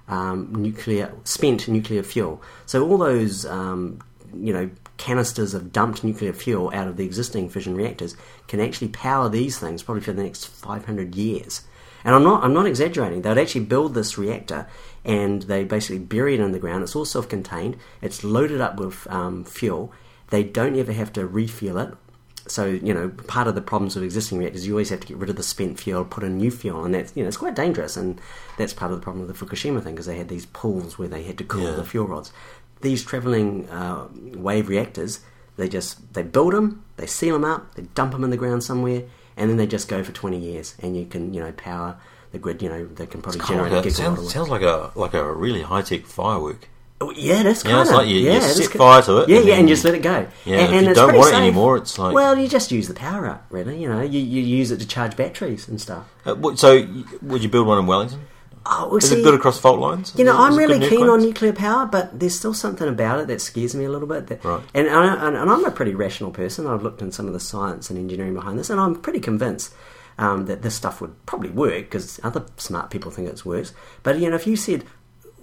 A: um, nuclear spent nuclear fuel. So all those um, you know canisters of dumped nuclear fuel out of the existing fission reactors can actually power these things probably for the next 500 years. And I'm not I'm not exaggerating. They'd actually build this reactor and they basically bury it in the ground. It's all self-contained. It's loaded up with um, fuel. They don't ever have to refuel it so you know part of the problems with existing reactors you always have to get rid of the spent fuel put in new fuel and that's you know it's quite dangerous and that's part of the problem with the fukushima thing because they had these pools where they had to cool
B: Yeah.
A: the fuel rods these traveling uh, wave reactors they just they build them they seal them up they dump them in the ground somewhere and then they just go for 20 years and you can you know power the grid you know they can probably
B: Kind of
A: generate
B: like
A: a
B: a,
A: gigawatt
B: sounds,
A: of
B: sounds like a like a really high tech firework.
A: Oh, yeah, that's kind
B: Yeah,
A: of
B: it's like you-
A: yeah,
B: you
A: it is
B: set
A: ki-
B: fire to it
A: Yeah,
B: and
A: yeah,
B: then
A: and just let it go.
B: Yeah,
A: and,
B: if
A: and
B: you
A: it's
B: don't
A: pretty
B: want it
A: safe.
B: anymore, it's like-
A: well, you just use the power up, really. You know, you, you use it to charge batteries and stuff.
B: Uh, what- so, y- would you build one in Wellington?
A: Oh, well,
B: Is
A: see,
B: it good across fault lines?
A: you know,
B: Is it
A: I'm
B: good
A: really
B: near
A: keen on
B: clines?
A: nuclear power, but there's still something about it that scares me a little bit. That,
B: Right.
A: and, and, and and I'm a pretty rational person. I've looked in some of the science and engineering behind this, and I'm pretty convinced um, that this stuff would probably work because other smart people think it works. But you know, if you said,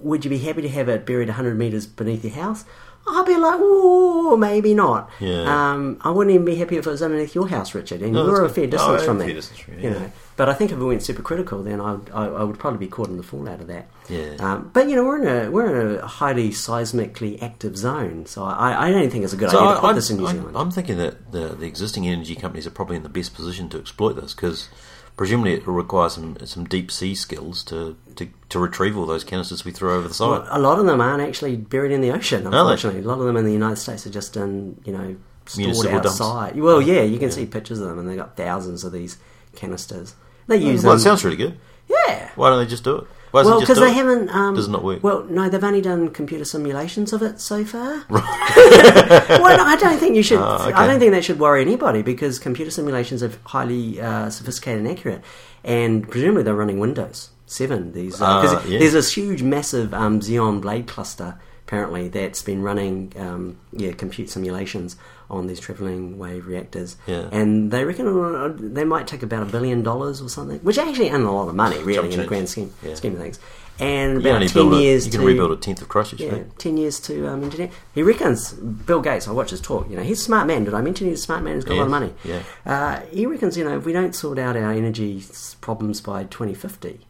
A: "Would you be happy to have it buried 100 meters beneath your house?" I'd be like, "Ooh, maybe not."
B: Yeah.
A: Um, I wouldn't even be happy if it was underneath your house, Richard, and
B: No,
A: you're a
B: that's
A: fair
B: good. No,
A: distance
B: I
A: from
B: am a
A: that.
B: fair distance from it,
A: you
B: yeah.
A: know. But I think if we went super critical, then I, I, I would probably be caught in the fallout of that.
B: Yeah.
A: Um, but you know, we're in a we're in a highly seismically active zone, so I, I don't think it's a good
B: So
A: idea to
B: I,
A: put
B: am
A: this in New Zealand.
B: I'm thinking that the, the existing energy companies are probably in the best position to exploit this because presumably it will require some, some deep sea skills to, to, to retrieve all those canisters we throw over the side.
A: a lot of them aren't actually buried in the ocean,
B: they?
A: unfortunately. A lot of them in the United States are just in you know stored
B: Municipal dumps.
A: outside. Well, yeah, you can see pictures of them, and they got thousands of these canisters. They use
B: well, it
A: them.
B: sounds really good.
A: yeah.
B: Why don't they just do it? Why doesn't
A: um, Well,
B: it just
A: because
B: do
A: they
B: it?
A: haven't. Um,
B: Does it not work?
A: Well, no, they've only done computer simulations of it so far. well, no, I don't think you should. I
B: Ah, okay.
A: don't think that should worry anybody because computer simulations are highly uh, sophisticated and accurate, and presumably they're running Windows Seven. These because
B: Ah, yeah.
A: there's this huge, massive um, Xeon Blade cluster apparently that's been running um, yeah compute simulations on these traveling wave reactors,
B: Yeah.
A: and they reckon uh, they might take about a billion dollars or something, which actually isn't a lot of money really in the
B: change.
A: grand scheme
B: Yeah.
A: scheme of things. And
B: You,
A: about
B: only
A: ten
B: build
A: years
B: a, you can
A: to,
B: rebuild a tenth of Christchurch,
A: yeah,
B: mate.
A: ten years to um, engineer. He reckons Bill Gates. I watch his talk. You know, he's a smart man. Did I mention he's a smart man? He's got a lot of money.
B: Yes,
A: Uh, he reckons you know if we don't sort out our energy s- problems by 2050,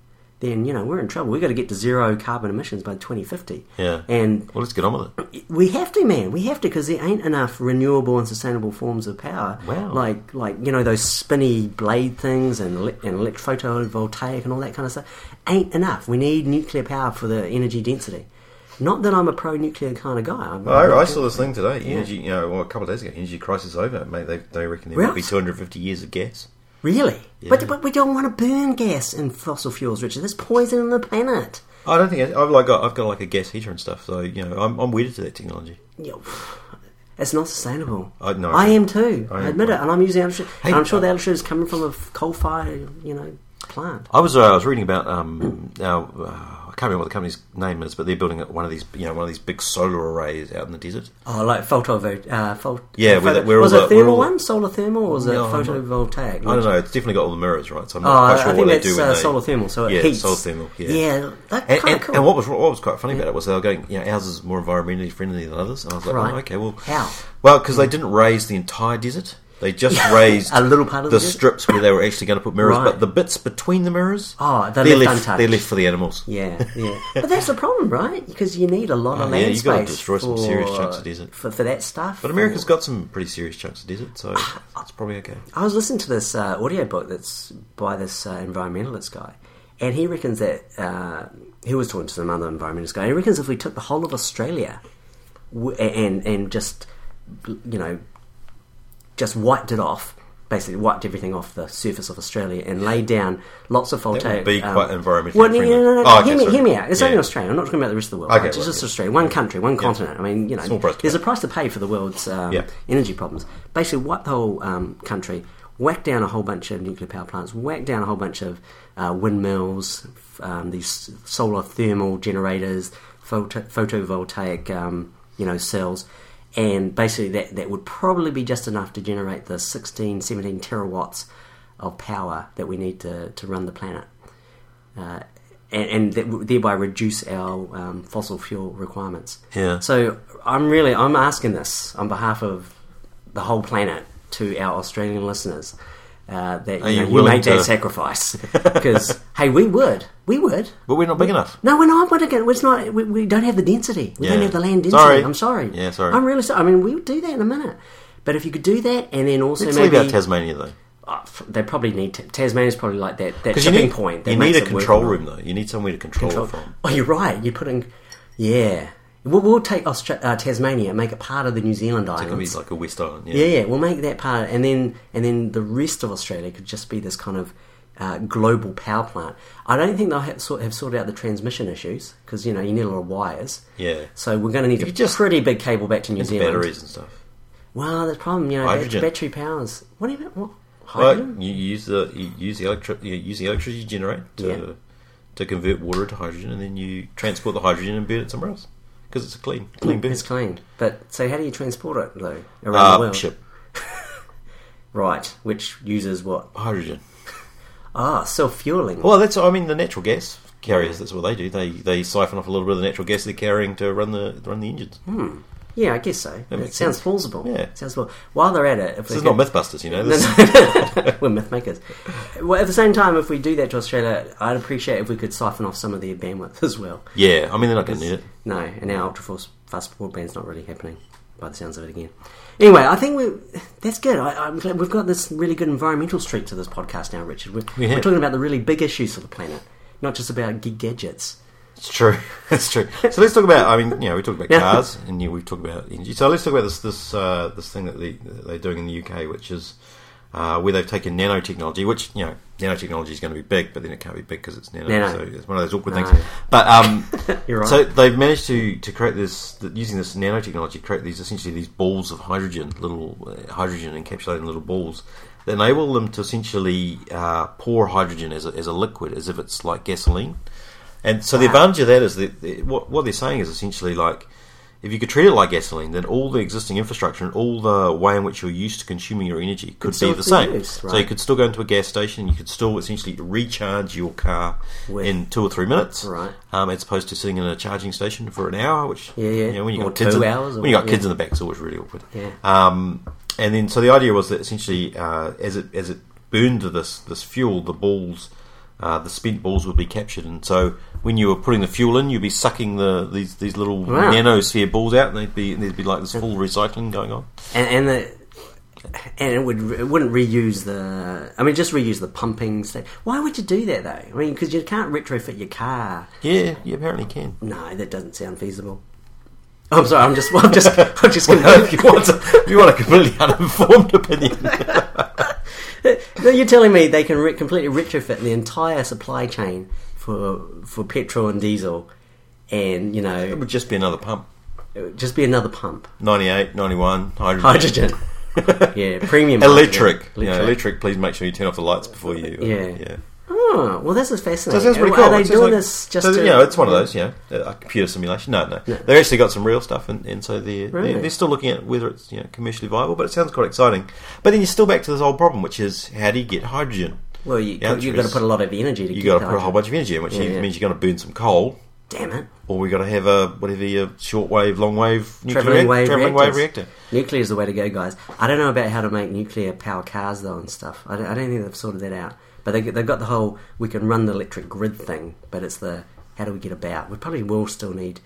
A: then you know we're in trouble. We've got to get to zero carbon emissions by 2050.
B: Yeah.
A: And
B: Well, let's get on with it.
A: we have to, man. We have to because there ain't enough renewable and sustainable forms of power.
B: Wow.
A: Like, like you know those spinny blade things and elec- and elect- photovoltaic and all that kind of stuff. Ain't enough. We need nuclear power for the energy density. Not that I'm a pro nuclear kind of guy. I'm,
B: I, I saw this thing today. Energy, you know, well, a couple of days ago, energy crisis over. Mate, they, they reckon there
A: Really?
B: will be 250 years of gas.
A: Really,
B: Yeah.
A: but but we don't want to burn gas and fossil fuels, Richard. That's poisoning the planet.
B: I don't think I, I've like got, I've got like a gas heater and stuff. So you know, I'm, I'm wedded to that technology.
A: You know, It's not sustainable.
B: I- no.
A: I am too.
B: I
A: I,
B: am
A: admit
B: too.
A: it, and I'm using. Altitude,
B: Hey,
A: I'm sure
B: uh,
A: the altitude is coming from a coal fire, you know, plant.
B: I was uh, I was reading about um now uh, I can't remember what the company's name is, but they're building one of these you know one of these big solar arrays out in the desert.
A: Oh, like photovoltaic. Uh, phot-
B: Yeah, with
A: photo-
B: it- we're all
A: was
B: the-
A: it
B: we're
A: thermal
B: all-
A: one, solar thermal, or was it
B: No, I'm not-
A: photovoltaic?
B: I don't know. It's definitely got all the mirrors, right? So I'm
A: Oh,
B: not quite
A: I-
B: sure
A: I
B: what
A: think
B: they do
A: that's
B: when
A: uh,
B: they
A: solar thermal, so it
B: yeah,
A: heats.
B: solar thermal. Yeah.
A: Yeah, that's
B: And,
A: kind of
B: and,
A: cool.
B: and what was what was quite funny about it was they were going, you know, ours is more environmentally friendly than others, and I was like,
A: Right.
B: oh, okay, well,
A: How?
B: Well, because they didn't raise the entire desert; they just raised
A: A little part of
B: the
A: the desert?
B: strips where they were actually going to put mirrors,
A: Right.
B: but the bits between the mirrors,
A: Oh, they're
B: they're
A: left
B: left,
A: untouched.
B: they're left for the animals.
A: Yeah, yeah. but that's the problem, right? Because you need a lot
B: Oh,
A: of
B: yeah,
A: land
B: you've
A: space
B: gotta destroy some
A: for,
B: serious chunks of desert.
A: for, for that stuff.
B: But America's got some pretty serious chunks of desert, so it's probably okay.
A: I was listening to this uh, audiobook that's by this uh, environmentalist guy, and he reckons that uh, he was talking to some other environmentalist guy. And he reckons if we took the whole of Australia w- and and just you know just wiped it off, basically wiped everything off the surface of Australia and laid down lots of photo.
B: would be quite environmentally
A: well, no, no,
B: friendly.
A: no, no,
B: Oh, okay,
A: hear, me,
B: sorry.
A: hear me out. It's
B: Yeah.
A: only Australia. I'm not talking about the rest of the world.
B: Okay,
A: right? It's
B: right,
A: just
B: yeah.
A: Australia, one country, one continent. I mean, you know,
B: Small price to
A: there's
B: pay.
A: a price to pay for the world's um,
B: Yeah.
A: energy problems. Basically, wipe the whole um, country, whack down a whole bunch of nuclear power plants, whack down a whole bunch of uh, windmills, f- um, these solar thermal generators, photo- photovoltaic, um, you know, cells. And basically, that, that would probably be just enough to generate the 16, 17 terawatts of power that we need to, to run the planet, uh, and, and that w- thereby reduce our um, fossil fuel requirements.
B: Yeah.
A: So I'm really I'm asking this on behalf of the whole planet to our Australian listeners uh, that
B: Are you
A: you, know, you
B: willing
A: make
B: to-
A: that sacrifice because hey, we would, we would.
B: But we're not big enough.
A: No, we're not. We're not gonna- it's not. We, we don't have the density. We
B: Yeah.
A: don't have the land density.
B: Sorry.
A: I'm sorry.
B: Yeah, sorry.
A: I'm really sorry. I mean, we'll do that in a minute. But if you could do that, and then also
B: Let's
A: maybe
B: leave out Tasmania though,
A: Oh, f- they probably need to, Tasmania's probably like that. That
B: you
A: tipping
B: need
A: point. that
B: You need
A: makes
B: a
A: it work
B: control
A: well.
B: room though. You need somewhere to control, it
A: Control-
B: from.
A: Oh, you're right. You're putting. Yeah, we'll, we'll take Austra- uh, Tasmania, make it part of the New Zealand
B: It could be
A: islands.
B: like a West Island.
A: Yeah, yeah, we'll make that part, and then and then the rest of Australia could just be this kind of uh, global power plant. I don't think they'll have, sort, have sorted out the transmission issues because you know you need a lot of wires.
B: Yeah.
A: So we're going to need a
B: could just-
A: pretty big cable back to New Zealand.
B: batteries and stuff.
A: Well, the problem, you know, bat-
B: Hydrogen.
A: battery powers. What do you mean? What?
B: Well,
A: Hydrogen?
B: you use the you use the electric you use the electricity you generate to
A: Yeah.
B: to convert water into hydrogen, and then you transport the hydrogen and burn it somewhere else because it's a clean clean burn.
A: It's clean, but so how do you transport it though around the
B: Uh,
A: world?
B: ship
A: Right, which uses what?
B: hydrogen.
A: Ah, self fueling.
B: Well, that's I mean the natural gas carriers. That's what they do. They they siphon off a little bit of the natural gas they're carrying to run the run the engines.
A: Yeah, I guess so. It
B: makes
A: sounds
B: sense.
A: plausible.
B: Yeah.
A: sounds plausible. While they're at it, if
B: This
A: we
B: is
A: could-
B: not MythBusters, you know.
A: No,
B: This is-
A: no. We're myth makers. Well, at the same time, if we do that to Australia, I'd appreciate if we could siphon off some of their bandwidth as well.
B: yeah, I mean they're not going to need it.
A: No, and our ultra force fast broadband's not really happening by the sounds of it again. Anyway, I think we that's good. I, I'm glad we've got this really good environmental streak to this podcast now, Richard. We're,
B: We
A: we're
B: have.
A: talking about the really big issues of the planet, not just about gig gadgets.
B: It's true. It's true. So let's talk about. I mean, you know, we talk about
A: Yeah.
B: cars, and you, we talk about energy. So let's talk about this this uh, this thing that, they, that they're doing in the UK, which is uh, where they've taken nanotechnology, which you know, nanotechnology is going to be big, but then it can't be big because it's nano,
A: Nano.
B: So it's one of those awkward
A: No.
B: things. But um,
A: You're right.
B: so they've managed to to create this that using this nanotechnology, create these essentially these balls of hydrogen, little uh, hydrogen encapsulated in little balls. That enable them to essentially uh, pour hydrogen as a, as a liquid, as if it's like gasoline. And so the
A: Wow.
B: advantage of that is that that what, what they're saying is essentially like if you could treat it like gasoline, then all the existing infrastructure and all the way in which you're used to consuming your energy could
A: still
B: be the same.
A: be used,
B: So you
A: right.
B: could still go into a gas station, you could still essentially recharge your car
A: With-
B: in two or three minutes,
A: Right.
B: um, as opposed to sitting in a charging station for an hour, which
A: Yeah, yeah.
B: you know, when you
A: Or
B: got kids,
A: two
B: in,
A: hours or-
B: when you got
A: yeah.
B: kids in the back, it's always really awkward.
A: Yeah.
B: Um, and then, so the idea was that essentially, uh, as it as it burned to this this fuel, the balls, uh, the spent balls would be captured, and so when you were putting the fuel in, you'd be sucking the these these little
A: Wow.
B: nanosphere balls out, and they'd be and there'd be like this full recycling going on.
A: and, and the and it would it wouldn't reuse the I mean just reuse the pumping station. Why would you do that though? I mean because you can't retrofit your car.
B: Yeah, you apparently can.
A: No, that doesn't sound feasible. Oh, I'm sorry. I'm just I'm just I'm just
B: if you
A: confused.
B: want, a, if you want a completely uninformed opinion.
A: No, You're telling me they can re- completely retrofit the entire supply chain for for petrol and diesel, and you
B: It
A: know
B: would just be another pump.
A: it would just be another pump
B: 98, 91, hydrogen.
A: hydrogen. yeah, premium
B: Electric.
A: hydrogen.
B: Yeah, electric. Please make sure you turn off the lights before you. um,
A: Yeah. Oh, well, this is fascinating.
B: So that's pretty cool.
A: Are they
B: It's
A: doing
B: like-
A: this just
B: so,
A: to?
B: you know, it's one of those, you know, a computer simulation. No, no. They've actually got some real stuff, and, and so they're, they're,
A: Really?
B: they're still looking at whether it's you know, commercially viable, but it sounds quite exciting. But then you're still back to this old problem, which is how do you get hydrogen?
A: Well, you,
B: The answer
A: you've got to
B: is
A: put a lot of energy to
B: you
A: get
B: got to
A: that.
B: put a whole bunch of energy in, which
A: Yeah, yeah.
B: means you're going to burn some coal,
A: Damn it.
B: or we've got to have a whatever your short wave, long wave, nuclear
A: Traveling
B: reac-
A: wave,
B: traveling
A: reactors.
B: wave reactor.
A: Nuclear is the way to go, guys. I don't know about how to make nuclear power cars, though, and stuff. I don't, I don't think they've sorted that out. But they, they've got the whole we can run the electric grid thing, but it's the how do we get about? We probably will still need.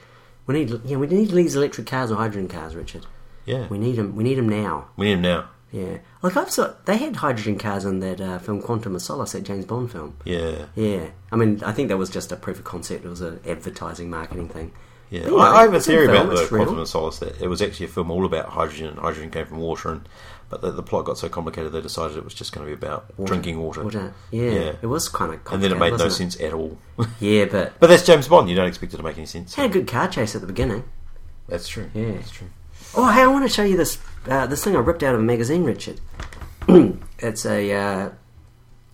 A: We need, yeah, we need these electric cars or hydrogen cars, Richard.
B: Yeah,
A: We need them. We need 'em now.
B: we need them now.
A: Yeah, like I've saw they had hydrogen cars in that uh, film Quantum of Solace, that James Bond film.
B: Yeah.
A: Yeah, I mean, I think that was just a proof of concept. It was an advertising, marketing thing.
B: Yeah,
A: But anyway,
B: I, I have a
A: it's in
B: theory
A: film,
B: about the
A: it's real.
B: Quantum of Solace that it was actually a film all about hydrogen, and hydrogen came from water, and but the, the plot got so complicated they decided it was just going to be about drinking water.
A: Water. Yeah,
B: Yeah.
A: it was kind of
B: and then it made no
A: wasn't
B: sense at all.
A: Yeah, but
B: but that's James Bond; you don't expect it to make any sense.
A: had a good car chase at the beginning.
B: That's true.
A: Yeah.
B: that's true.
A: Oh, hey, I want to show you this uh, this thing I ripped out of a magazine, Richard. it's a uh,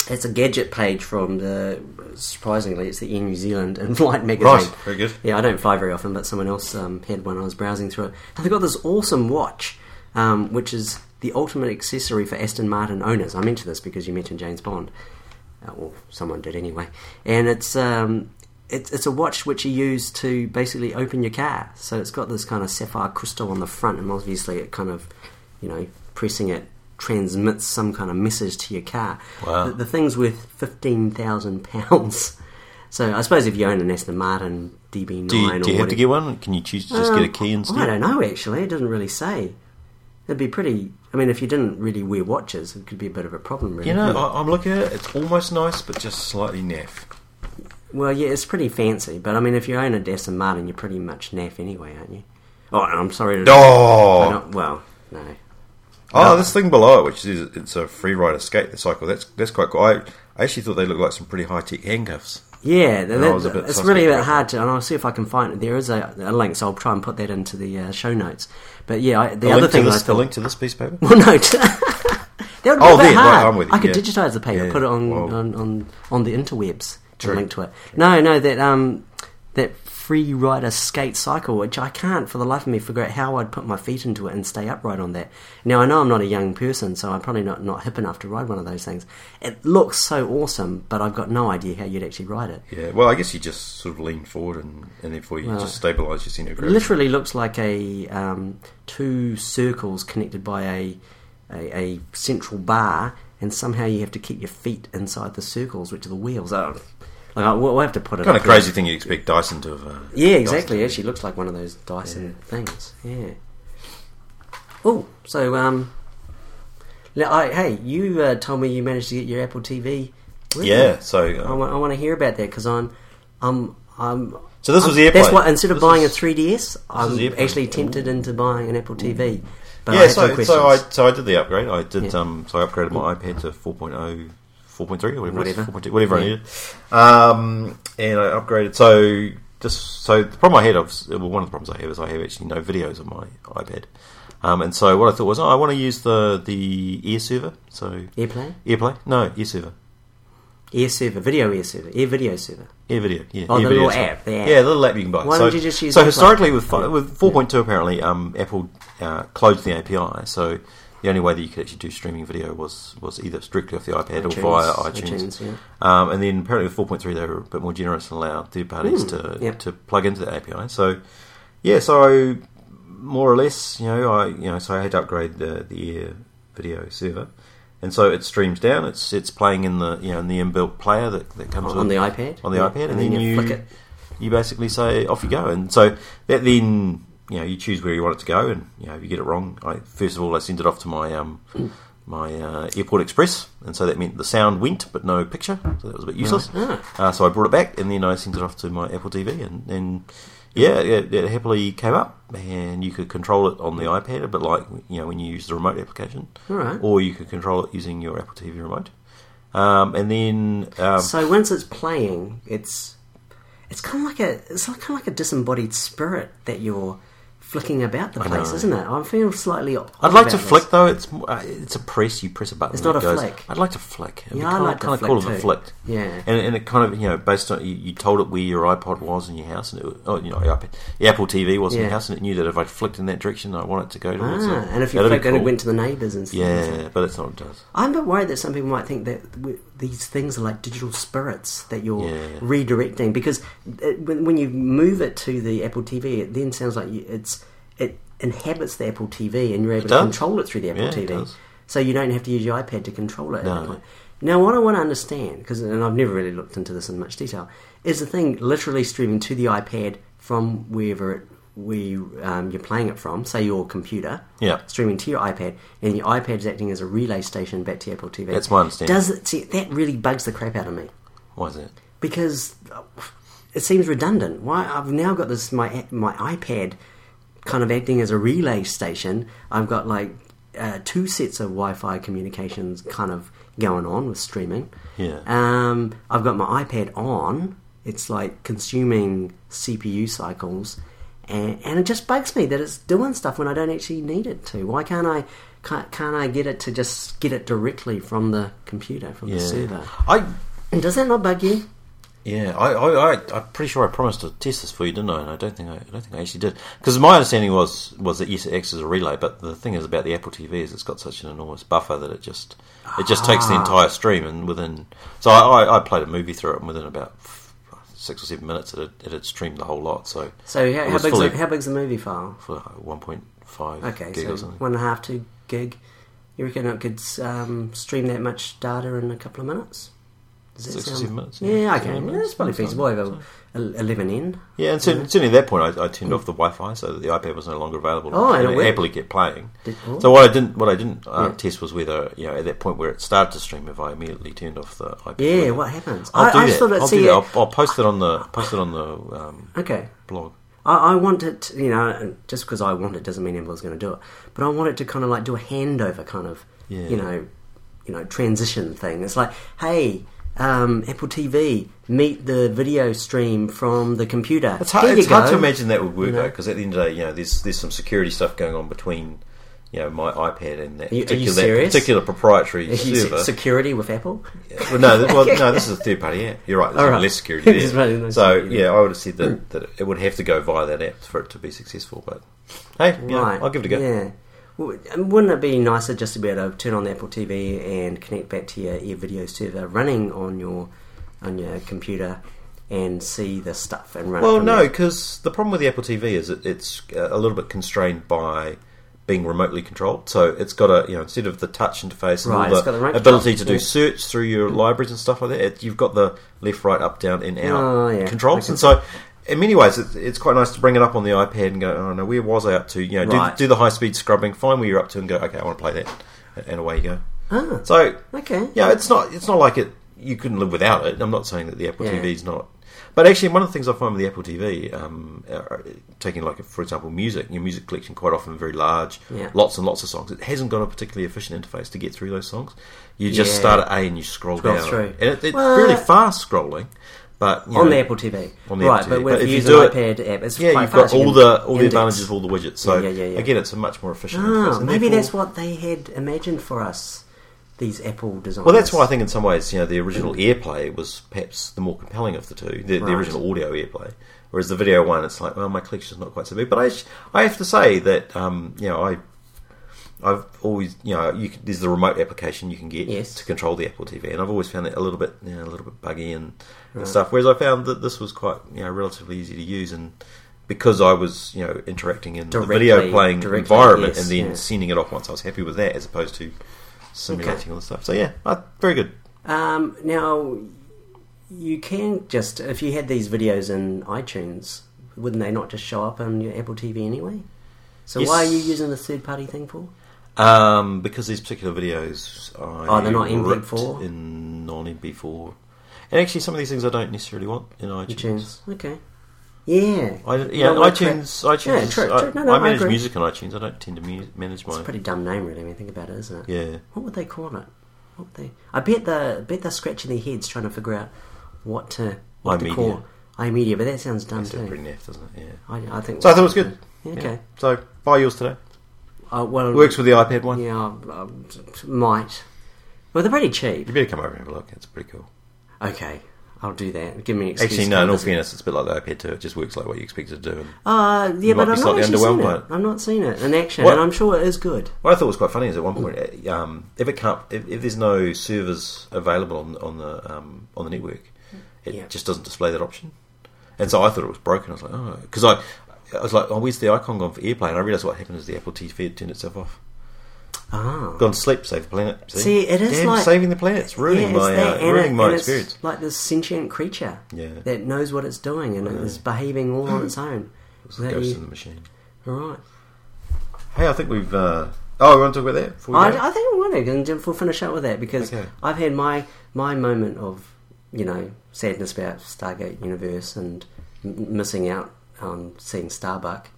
A: it's a gadget page from the surprisingly it's the Air New Zealand and Flight magazine.
B: Right, very good.
A: Yeah, I don't fly very often, but someone else um, had one. I was browsing through it, and they got this awesome watch. um, which is the ultimate accessory for Aston Martin owners. I mentioned this because you mentioned James Bond, uh, or someone did anyway. And it's um, it's it's a watch which you use to basically open your car. So it's got this kind of sapphire crystal on the front, and obviously it kind of, you know, pressing it transmits some kind of message to your car.
B: Wow.
A: The, the thing's worth fifteen thousand pounds. So I suppose if you own an Aston Martin DB9 or
B: Do you, do you have to
A: whatever-
B: get one? Can you choose to just
A: um,
B: get a key instead?
A: I don't know, actually. It doesn't really say. It'd be pretty. I mean, if you didn't really wear watches, it could be a bit of a problem, really. Hmm.
B: You know,
A: couldn't it?
B: I, I'm looking at it. It's almost nice, but just slightly naff.
A: well, yeah, it's pretty fancy, but I mean, if you own a Aston Martin, you're pretty much naff anyway, aren't you? Oh, I'm sorry. To I
B: Oh,
A: don't- well, no.
B: oh, this thing below it, which is it's a free ride escape cycle. That's that's quite cool. I, I actually thought they looked like some pretty high tech handcuffs.
A: Yeah, that,
B: I was a bit
A: it's really a bit
B: suspect.
A: hard to, and I'll see if I can find it. There is a, a link, so I'll try and put that into the uh, show notes. But yeah, I, the
B: A
A: other
B: link to
A: thing
B: this,
A: I
B: a
A: thought,
B: link to this piece of paper.
A: Well, no. t- that would be
B: Oh,
A: a bit
B: there, right,
A: hard.
B: I'm with you,
A: I could
B: yeah.
A: digitize the paper,
B: Yeah,
A: put it on,
B: wow.
A: on, on, on the interwebs to link to it. No, no, that um, that free rider skate cycle, which I can't for the life of me figure out how I'd put my feet into it and stay upright on that. Now I know I'm not a young person, so I'm probably not not hip enough to ride one of those things. It looks so awesome, but I've got no idea how you'd actually ride it.
B: Yeah, well, I guess you just sort of lean forward and, and therefore you just stabilise your centre of gravity.
A: literally looks like a um, two circles connected by a, a a central bar, and somehow you have to keep your feet inside the circles, which are the wheels. Oh, like I, we'll have to put it
B: Kind of
A: up here.
B: crazy thing you'd expect Dyson to have. Uh,
A: Yeah,
B: Dyson
A: exactly.
B: to-
A: It actually looks like one of those Dyson things. Yeah. Oh, so um, now, I, hey, you uh, told me you managed to get your Apple TV. with you.
B: Yeah, so
A: I
B: uh,
A: want, I want to hear about that because I'm, I'm, I'm.
B: So this was the
A: That's
B: airplane.
A: why instead of
B: This
A: buying
B: is-
A: a 3DS,
B: is the
A: I'm
B: airplane. Mm.
A: actually tempted into buying an Apple TV. But I
B: yeah,
A: have some
B: so,
A: questions.
B: so I so I did the upgrade. I did
A: Yeah.
B: um so I upgraded my iPad to oh, 4.0, 4.3 or whatever, it is,
A: Whatever.
B: 4.2, whatever
A: Yeah.
B: I needed. Um, and I upgraded. So just so the problem I had, of, well, one of the problems I have is I have actually no videos on my iPad. Um, and so what I thought was, oh, I want to use the the Air Server. So
A: AirPlay,
B: AirPlay? No, Air Server.
A: Air Server, Video Air Server, Air Video Server.
B: Air video, yeah.
A: Oh,
B: Air
A: the
B: video
A: little
B: stuff.
A: app, the app.
B: Yeah, the little app you can buy.
A: Why
B: so,
A: don't you just use
B: So
A: that
B: historically, with fi- with 4.2 apparently, um, Apple uh, closed the API, so the only way that you could actually do streaming video was was either strictly off the iPad or via iTunes.
A: yeah.
B: Um, and then apparently with 4.3, they were a bit more generous and allowed third parties to
A: Hmm, yep.
B: to plug into the API. So yeah, so more or less, you know, I you know, so I had to upgrade the the Air video server. And so it streams down. It's it's playing in the you know in the inbuilt player that, that comes
A: On
B: with-
A: the iPad?
B: on the
A: Yeah,
B: iPad, and, then, you
A: flick it.
B: you basically say off you go, and so that then you know you choose where you want it to go, and you know if you get it wrong, I first of all I sent it off to my um my uh, Airport Express, and so that meant the sound went but no picture, so that was a bit useless.
A: Ah.
B: Uh, so I brought it back, and then I sent it off to my Apple TV, and and yeah, it, it happily came up, and you could control it on the iPad, a bit like you know when you use the remote application,
A: All right.
B: or you could control it using your Apple TV remote. Um, and then um,
A: So once it's playing, it's it's kind of like a it's kind of like a disembodied spirit that you're flicking about the place,
B: know.
A: isn't it? I feel slightly. odd
B: I'd like to
A: about this.
B: flick though. It's uh, it's a press. You press a button.
A: It's
B: and
A: not
B: it
A: a
B: goes,
A: flick.
B: I'd like to flick. And
A: Yeah,
B: we
A: I
B: kinda-
A: like to
B: kinda
A: flick
B: call it a
A: too.
B: flick.
A: Yeah.
B: and, and it kind of you know based on you, you told it where your iPod was in your house, and it, oh you know your iPad, your Apple TV was in
A: Yeah.
B: your house, and it knew that if I flicked in that direction, I wanted to go towards.
A: Ah,
B: it.
A: and if you
B: That'd be
A: flick, then it
B: cool.
A: went to the neighbours and stuff.
B: Yeah, but that's not what it does.
A: I'm a bit worried that some people might think that w- these things are like digital spirits that you're
B: Yeah.
A: redirecting because it, when, when you move it to the Apple TV, it then sounds like you, it's it inhabits the Apple TV and you're able to
B: does.
A: control it through the Apple
B: Yeah, it
A: TV.
B: does.
A: So you don't have to use your iPad to control it.
B: No.
A: Like- Now, what I want to understand, because and I've never really looked into this in much detail, is the thing literally streaming to the iPad from wherever it, where you, um, you're playing it from, say your computer,
B: Yeah.
A: streaming to your iPad, and your iPad's acting as a relay station back to your Apple TV.
B: That's my understanding.
A: Does it, see, that really bugs the crap out of me
B: Why is that?
A: because uh, it seems redundant. Why I've now got this my my iPad kind of acting as a relay station. I've got like uh, two sets of Wi-Fi communications kind of going on with streaming.
B: Yeah.
A: Um, I've got my iPad on. It's like consuming CPU cycles, and, and it just bugs me that it's doing stuff when I don't actually need it to. Why can't I? Can't, can't I get it to just get it directly from the computer, from the
B: Yeah.
A: server?
B: I
A: And does that not bug you?
B: Yeah, I, I, I, I'm pretty sure I promised to test this for you, didn't I? And I don't think I, I don't think I actually did because my understanding was was that yes, it acts as a relay, but the thing is about the Apple TV is it's got such an enormous buffer that it just it just takes
A: Ah.
B: the entire stream and within. So I, I, I played a movie through it and within about six or seven minutes it had, it had streamed the whole lot. So
A: So how,
B: It
A: how,
B: was
A: big's
B: fully-
A: the, how big's the movie file?
B: for one point five
A: Okay,
B: gig
A: so
B: or something.
A: one and a half, two gig. You reckon it could um, stream that much data in a couple of minutes? Does that
B: Six or
A: sound-
B: seven minutes, yeah.
A: Yeah, okay.
B: Seven
A: Yeah,
B: minutes,
A: that's probably
B: something
A: feasible
B: like
A: over el- 11N.
B: Yeah, and certainly, certainly at that point, I, I turned off the Wi-Fi, so that the iPad was no longer available.
A: Oh, and it
B: it
A: worked.
B: happily kept playing.
A: Did- oh.
B: So what I didn't, what I didn't uh,
A: Yeah.
B: test was whether you know at that point where it started to stream, if I immediately turned off the iPad.
A: Yeah,
B: whether-
A: what happens?
B: I'll do
A: I, I just
B: that.
A: thought it,
B: I'll
A: see, uh,
B: do that. I'll, I'll post it on the post it on the um,
A: okay.
B: blog.
A: I, I want it, you know, and just because I want it doesn't mean Emble's going to do it. But I want it to kind of like do a handover kind of,
B: Yeah.
A: you know, you know, transition thing. It's like, hey, um, Apple TV, meet the video stream from the computer.
B: It's hard,
A: Here you
B: it's hard
A: go.
B: to imagine that would work
A: know?
B: though, because at the end of the day, you know, there's there's some security stuff going on between you know my iPad and that
A: Are you- are you
B: particular that
A: serious?
B: particular proprietary
A: You said
B: server.
A: Security with Apple.
B: well, no, th- well, no, this is a third party app. You're right. There's
A: All
B: even
A: right.
B: less security
A: There's really no
B: there. so
A: security.
B: yeah, I would have said that, that it would have to go via that app for it to be successful. But hey, you know,
A: right.
B: I'll give it a go.
A: Yeah. W- Wouldn't it be nicer just to be able to turn on the Apple TV and connect back to your, your video server running on your on your computer and see the stuff and run? it
B: Well,
A: from
B: no,
A: there?
B: because the problem with the Apple TV is it, it's uh, a little bit constrained by being remotely controlled. So it's got a you know instead of the touch interface and
A: Right,
B: all
A: it's
B: the
A: got the remote
B: ability
A: control. Mm.
B: to do
A: Yeah.
B: search through your libraries and stuff like that, it, you've got the left, right, up, down, in, out
A: Oh, yeah.
B: controls.
A: Okay.
B: And so. In many ways, it's, it's quite nice to bring it up on the iPad and go, "Oh no, where was I up to?" You know,
A: Right.
B: do, do the high speed scrubbing, find where you're up to, and go, "Okay, I want to play that," and away you go.
A: Ah,
B: So
A: okay.
B: yeah, it's not it's not like it. You couldn't live without it. I'm not saying that the Apple
A: Yeah.
B: TV is not. But actually, one of the things I find with the Apple TV, um, uh, taking like for example music, your music collection quite often very large,
A: Yeah.
B: lots and lots of songs. It hasn't got a particularly efficient interface to get through those songs. You just
A: Yeah.
B: start at A and you scroll,
A: Scroll
B: down,
A: through.
B: and it, it's
A: Well-
B: really fast scrolling. But you
A: on
B: know,
A: the Apple TV.
B: on the
A: right,
B: Apple
A: but,
B: TV.
A: when
B: But
A: if
B: if
A: you
B: you
A: use
B: do
A: an
B: it-
A: iPad app, it's
B: yeah,
A: quite
B: you've
A: fast.
B: got
A: You
B: all
A: can
B: the all the
A: index.
B: advantages of all the widgets. So
A: Yeah, yeah, yeah, yeah.
B: again, it's a much more efficient. interface,
A: Ah,
B: and
A: maybe
B: therefore-
A: that's what they had imagined for us. These Apple designs.
B: Well, that's why I think in some ways, you know, the original AirPlay was perhaps the more compelling of the two, the,
A: Right.
B: the original audio AirPlay. Whereas the video one, it's like, well, my collection's not quite so big. But I, sh- I have to say that, um, you know, I, I've always, you know, you can, there's the remote application you can get
A: Yes.
B: to control the Apple TV, and I've always found that a little bit, you know, a little bit buggy and, and stuff. Whereas I found that this was quite, you know, relatively easy to use, and because I was, you know, interacting in
A: Directly-
B: the video playing
A: directly,
B: environment
A: yes,
B: and then
A: yeah.
B: sending it off once I was happy with that, as opposed to simulating all this stuff. So yeah, uh, very good.
A: Um, now, you can just if you had these videos in iTunes, wouldn't they not just show up on your Apple TV anyway? So
B: Yes.
A: why are you using the third-party thing for?
B: Um, because these particular videos, I
A: Oh, they're not MP4?
B: ripped in non MP4, and actually some of these things I don't necessarily want in iTunes.
A: iTunes. Okay. Yeah.
B: I, yeah,
A: No, I
B: iTunes.
A: tra-
B: iTunes.
A: Yeah, true,
B: I,
A: true. No, no,
B: I
A: I
B: manage
A: agree.
B: music on iTunes. I don't tend to mu- manage
A: It's
B: my.
A: a pretty dumb name, really. When you think about it, isn't it?
B: yeah.
A: What would they call it? What would they? I bet they bet they're scratching their heads trying to figure out what to what to
B: iMedia.
A: call iMedia, but that sounds dumb
B: That's
A: too.
B: pretty naff, doesn't it? Yeah.
A: I, I think.
B: So I thought it was good.
A: Yeah,
B: Yeah.
A: okay.
B: So buy yours today.
A: Uh, well,
B: It works with the iPad one.
A: Yeah, I, I might. Well, they're pretty cheap.
B: You better come over and have a look. It's pretty cool.
A: Okay, I'll do that. Give me an excuse.
B: Actually, no. In all
A: to-
B: fairness, it's a bit like the iPad too. It just works like what you expect it to do. And
A: Uh, yeah,
B: might
A: but
B: be
A: I've not
B: slightly
A: actually
B: underwhelmed
A: seen
B: by
A: it.
B: it.
A: I've not seen it in action,
B: What-
A: and I'm sure it is good.
B: What I thought was quite funny is at one point, uh, um, if it can't, if, if there's no servers available on, on the um, on the network, it
A: Yeah.
B: just doesn't display that option. And so I thought it was broken. I was like, oh, because I, I was like, oh, where's the icon gone for AirPlay? And I realised what happened is the Apple TV had turned itself off.
A: Ah,
B: Gone to sleep, save the planet.
A: See, it is
B: Damn,
A: like-
B: saving the planet. It's ruining
A: Yeah, it's
B: my
A: that,
B: uh,
A: and
B: ruining
A: it-
B: my
A: and it's
B: experience.
A: like this sentient creature
B: Yeah,
A: that knows what it's doing and it is behaving all on its own.
B: it's
A: that
B: the ghost
A: you-
B: in the machine.
A: All right.
B: Hey, I think we've. Uh, oh, we want to talk about that. Before we go?
A: I, I think I'm going to, and then we'll finish up with that because
B: Okay.
A: I've had my my moment of you know sadness about Stargate Universe and m- missing out on seeing Starbuck,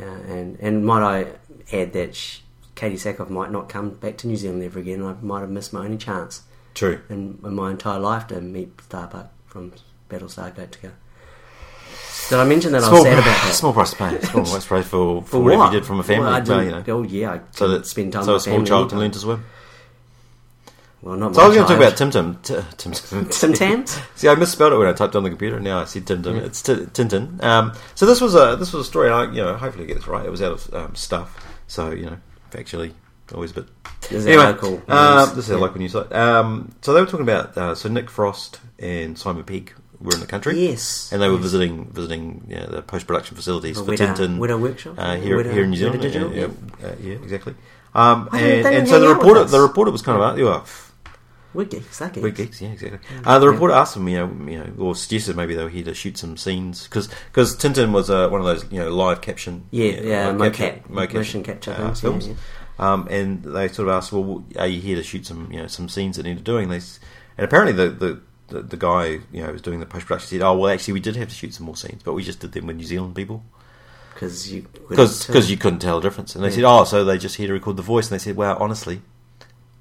A: uh, and and might I add that sh Katie Sackhoff might not come back to New Zealand ever again. I might have missed my only chance
B: True.
A: in, in my entire life to meet Starbuck from Battlestar Galactica. Did I mention that I was sad about that?
B: small price to pay. Small price to pay for, for,
A: For
B: whatever
A: what?
B: you did from a family.
A: Well, I
B: so, you
A: didn't-
B: know.
A: Oh yeah, I
B: so
A: couldn't
B: that
A: spend time.
B: so
A: with
B: a small
A: family
B: child can
A: either.
B: learn to swim.
A: Well, not
B: So I
A: my
B: was going to talk about
A: child.
B: Tim Tim. T- Tim Tim.
A: Tim Tams?
B: See, I misspelled it when I typed on the computer. Now I see Tim Tim. It's T- Tintin. Um, so this was a this was a story. I you know hopefully I get this right. It was out of um, stuff. So you know factually always a bit.
A: This is
B: anyway,
A: our local
B: uh,
A: news.
B: this is our
A: Yeah.
B: local news site. Um, so they were talking about uh, so Nick Frost and Simon Pegg were in the country.
A: Yes.
B: And they were visiting visiting you know, the post production facilities
A: The
B: for
A: Weta-
B: Tintin
A: Weta workshop?
B: uh, here,
A: Weta-
B: here in New
A: Weta
B: Zealand.
A: Digital?
B: yeah, yeah, uh, yeah, exactly. Um,
A: Why didn't
B: and,
A: they
B: and so the
A: hang out with
B: reporter
A: us?
B: the reporter was kind of like, "Oh, pff,
A: We're geeks, that geeks.
B: we're geeks, yeah, exactly.
A: Mm.
B: Uh, the reporter asked them, you know, you know, or suggested maybe they were here to shoot some scenes because Tintin was uh, one of those you know live caption,
A: Yeah, yeah,
B: live
A: mocap-
B: mocap,
A: motion capture
B: uh,
A: things, yeah,
B: films.
A: yeah.
B: Um, and they sort of asked, well, are you here to shoot some you know some scenes that needed doing? They s- and apparently the the, the, the guy you know who was doing the post production said, oh well, actually we did have to shoot some more scenes, but we just did them with New Zealand people
A: Because you...
B: because you couldn't tell the difference. And they
A: uh, Yeah.
B: said, oh, so they just here to record the voice, and they said, well, honestly.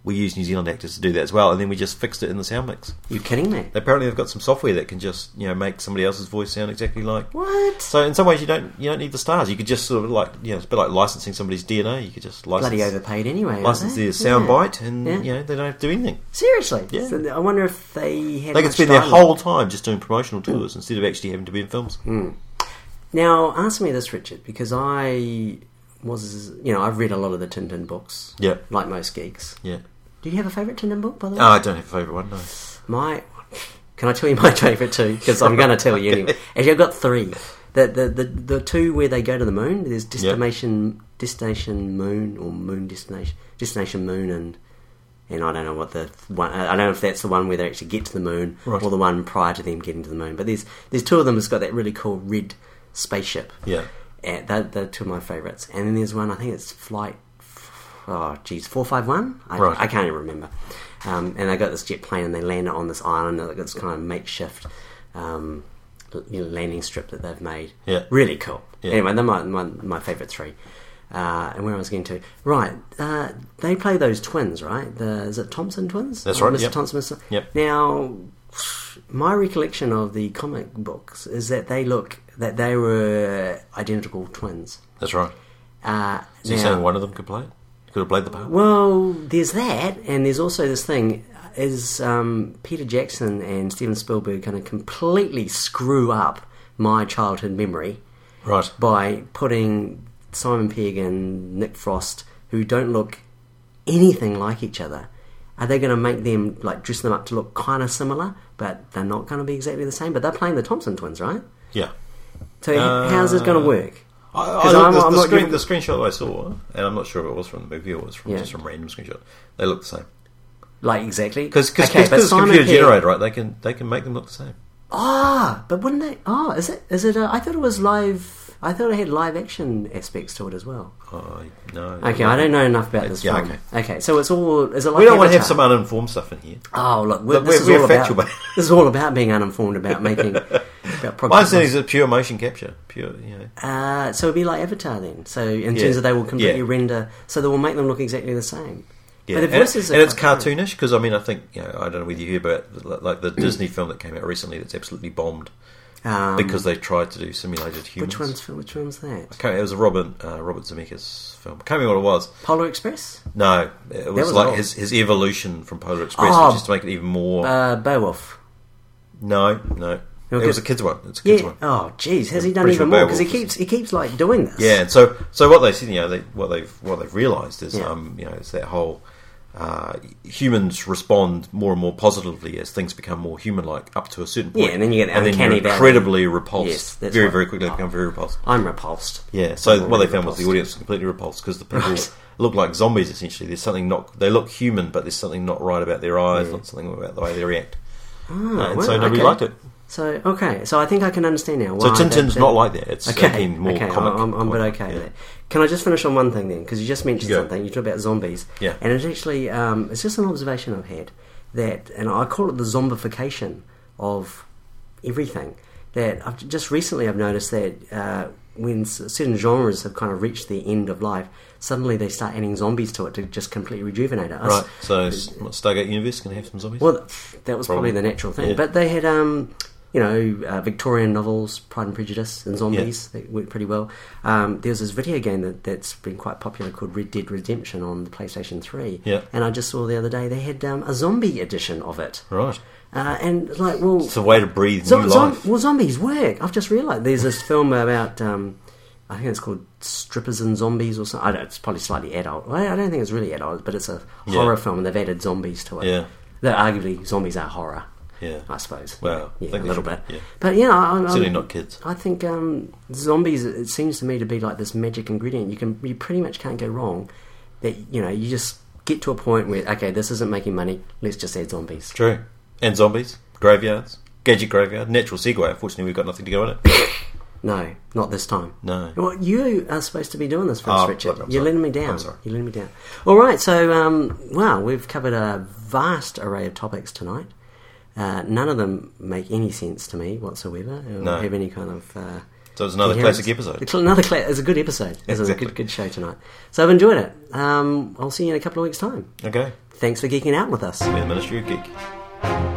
B: We used New Zealand actors to do that as well, and then we just fixed it in the sound mix.
A: You kidding me?
B: Apparently, they've got some software that can just you know make somebody else's voice sound exactly like.
A: What?
B: So in some ways, you don't you don't need the stars. You could just sort of like you know it's a bit like licensing somebody's DNA. You could just license
A: Bloody overpaid anyway. aren't
B: license
A: they?
B: their sound
A: Yeah.
B: bite, and
A: Yeah.
B: you know they don't have to do anything.
A: Seriously?
B: Yeah.
A: So I wonder if they had
B: They could
A: much
B: spend their
A: dialogue.
B: whole time just doing promotional tours instead of actually having to be in films.
A: Mm. Now, answer me this, Richard, because I was... You know, I've read a lot of the Tintin books.
B: Yeah.
A: Like most geeks.
B: Yeah.
A: Do you have a favourite Tintin book, by the way?
B: Oh, I don't have a favourite one. No.
A: My, can I tell you my favourite two? Because I'm going to tell you anyway. Actually, I've got three. The, the the the two where they go to the moon. There's destination destination moon or moon destination destination moon and and I don't know what the one. I don't know if that's the one where they actually get to the moon
B: Right.
A: or the one prior to them getting to the moon. But there's there's two of them that's got that really cool red spaceship.
B: Yeah.
A: Uh, they're, they're two of my favourites. And then there's one, I think it's Flight, oh, geez, 451? I,
B: Right.
A: I can't even remember. Um, and they got this jet plane and they land it on this island, and it's kind of makeshift um, l- you know, landing strip that they've made.
B: Yeah.
A: Really cool.
B: Yeah.
A: Anyway, they're my, my, my favourite three. Uh, and where I was getting to, right? Uh, they play those twins, right? The is it Thompson twins?
B: That's
A: Or
B: right,
A: Mr.
B: yep.
A: Thompson. Mr.
B: Yep.
A: Now, my recollection of the comic books is that they look that they were identical twins.
B: That's right.
A: Uh,
B: So you're
A: now-
B: saying one of them could play it? Could have played the part.
A: well, there's that, and there's also this thing: is um, Peter Jackson and Steven Spielberg going to completely screw up my childhood memory
B: Right.
A: by putting Simon Pegg and Nick Frost, who don't look anything like each other, are they going to make them like dress them up to look kind of similar, but they're not going to be exactly the same? But they're playing the Thompson twins, right?
B: Yeah.
A: So h- how's this
B: Uh.
A: going to work?
B: I, I,
A: 'Cause
B: looked-
A: I'm-
B: the,
A: I'm
B: the
A: not
B: screen,
A: giving-
B: the screenshot I saw, and I'm not sure if it was from the movie or it was from
A: Yeah.
B: just from random screenshot. They look the same.
A: Like exactly
B: Because because
A: Okay, but Simon
B: computer
A: Pegg-
B: generated, right? They can they can make them look the same.
A: Ah, but wouldn't they? Ah, is it? Is it? uh, I thought it was live. I thought it had live action aspects to it as well.
B: Oh, no.
A: Okay, I don't know enough about this
B: Yeah,
A: film.
B: okay.
A: Okay, so it's all. Is it like
B: We don't want to have
A: Avatar?
B: some uninformed stuff in here.
A: Oh look, we're,
B: Look,
A: this
B: we're-
A: is
B: we're
A: all
B: factual,
A: about.
B: but-
A: this is all about being uninformed about making. about
B: My
A: progress.
B: understanding is it's pure motion capture. Pure, you know.
A: Uh, so it'd be like Avatar then. So in
B: Yeah,
A: terms of they will completely
B: yeah.
A: render, so they will make them look exactly the same.
B: Yeah.
A: But the
B: And,
A: voices
B: and
A: are
B: it's
A: quite different.
B: cartoonish because I mean I think you know I don't know whether you hear about li- like the Disney film that came out recently that's absolutely bombed
A: Um,
B: because they tried to do simulated humans.
A: which one's which one's that?
B: It was a Robin uh, Robert Zemeckis film. I can't remember what it was.
A: Polar Express.
B: No, it was,
A: was
B: like
A: old.
B: his, his evolution from Polar Express,
A: Oh.
B: which is to make it even more.
A: Uh, Beowulf.
B: no, no,
A: Okay.
B: it was a kids one. It's a kids
A: Yeah.
B: one.
A: Oh, jeez, has he done
B: pretty
A: even
B: sure
A: more? Because he
B: Beowulf
A: keeps he keeps like doing this.
B: Yeah, and so so what they you know they, what they've what they've realised is
A: Yeah.
B: um you know it's that whole uh, humans respond more and more positively as things become more human-like up to a certain point.
A: Yeah, and then you get the
B: and then you're
A: uncanny valley.
B: incredibly repulsed.
A: Yes, that's
B: very
A: right.
B: very quickly they become very repulsed.
A: I'm repulsed.
B: Yeah, so
A: Completely
B: what they found was the
A: repulsed.
B: audience was completely repulsed because the people
A: Right.
B: look like zombies essentially. There's something not they look human, but there's something not right about their eyes, not something about the way they react. Uh, and so
A: Ah, well,
B: nobody
A: okay.
B: liked it.
A: So okay, so I think I can understand now.
B: So
A: Why
B: Tintin's
A: that-
B: not
A: that-
B: like that. It's
A: Okay,
B: again, more
A: okay,
B: comic.
A: I'm, I'm a bit
B: more-
A: okay
B: yeah.
A: with that. Can I just finish on one thing then? Because you just mentioned
B: Go.
A: something. You talked about zombies.
B: Yeah.
A: And it's actually um, it's just an observation I've had that, and I call it the zombification of everything. That I've, just recently I've noticed that uh, when s- certain genres have kind of reached their end of life, suddenly they start adding zombies to it to just completely rejuvenate us.
B: Right, so S- Stargate Universe can have some zombies.
A: Well, that was probably
B: Probably.
A: the natural thing.
B: Yeah.
A: But they had um, you know, uh, Victorian novels, Pride and Prejudice and Zombies. They went pretty well. Um, there was this video game that, that's been quite popular called Red Dead Redemption on the PlayStation 3.
B: Yeah.
A: And I just saw the other day they had um, a zombie edition of it.
B: Right.
A: Uh, and it's like, well,
B: It's a way to breathe
A: zo-
B: new
A: zo-
B: life.
A: well, zombies work. I've just realised there's this film about, um, I think it's called Strippers and Zombies or something. I don't, it's probably slightly adult. Well, I don't think it's really adult, but it's a
B: Yeah.
A: horror film and they've added zombies to it.
B: Yeah.
A: Though arguably zombies are horror.
B: Yeah.
A: I suppose.
B: Well, I
A: yeah, a
B: think they
A: little bit.
B: should- yeah.
A: But you know, I'm,
B: Certainly
A: I'm-
B: not kids.
A: I think um, zombies. It seems to me to be like this magic ingredient. You can, you pretty much can't go wrong. That you know, you just get to a point where okay, this isn't making money. Let's just add zombies.
B: True. And zombies, graveyards, gadget graveyard, natural segue. Unfortunately, we've got nothing to go in it.
A: No, not this time.
B: No.
A: Well, you are supposed to be doing this for us,
B: Oh,
A: Richard.
B: look, I'm
A: You're
B: sorry.
A: letting me down.
B: I'm sorry.
A: You're letting me down. All right. So, um, wow, we've covered a vast array of topics tonight. Uh, none of them make any sense to me whatsoever. Or
B: No.
A: Have any kind of. Uh,
B: So it's another
A: coherence.
B: classic episode.
A: It's another cla- it's a good episode. It's
B: Exactly.
A: a good, good show tonight. So I've enjoyed it. Um, I'll see you in a couple of weeks' time.
B: Okay.
A: Thanks for geeking out with us.
B: The Ministry of Geek.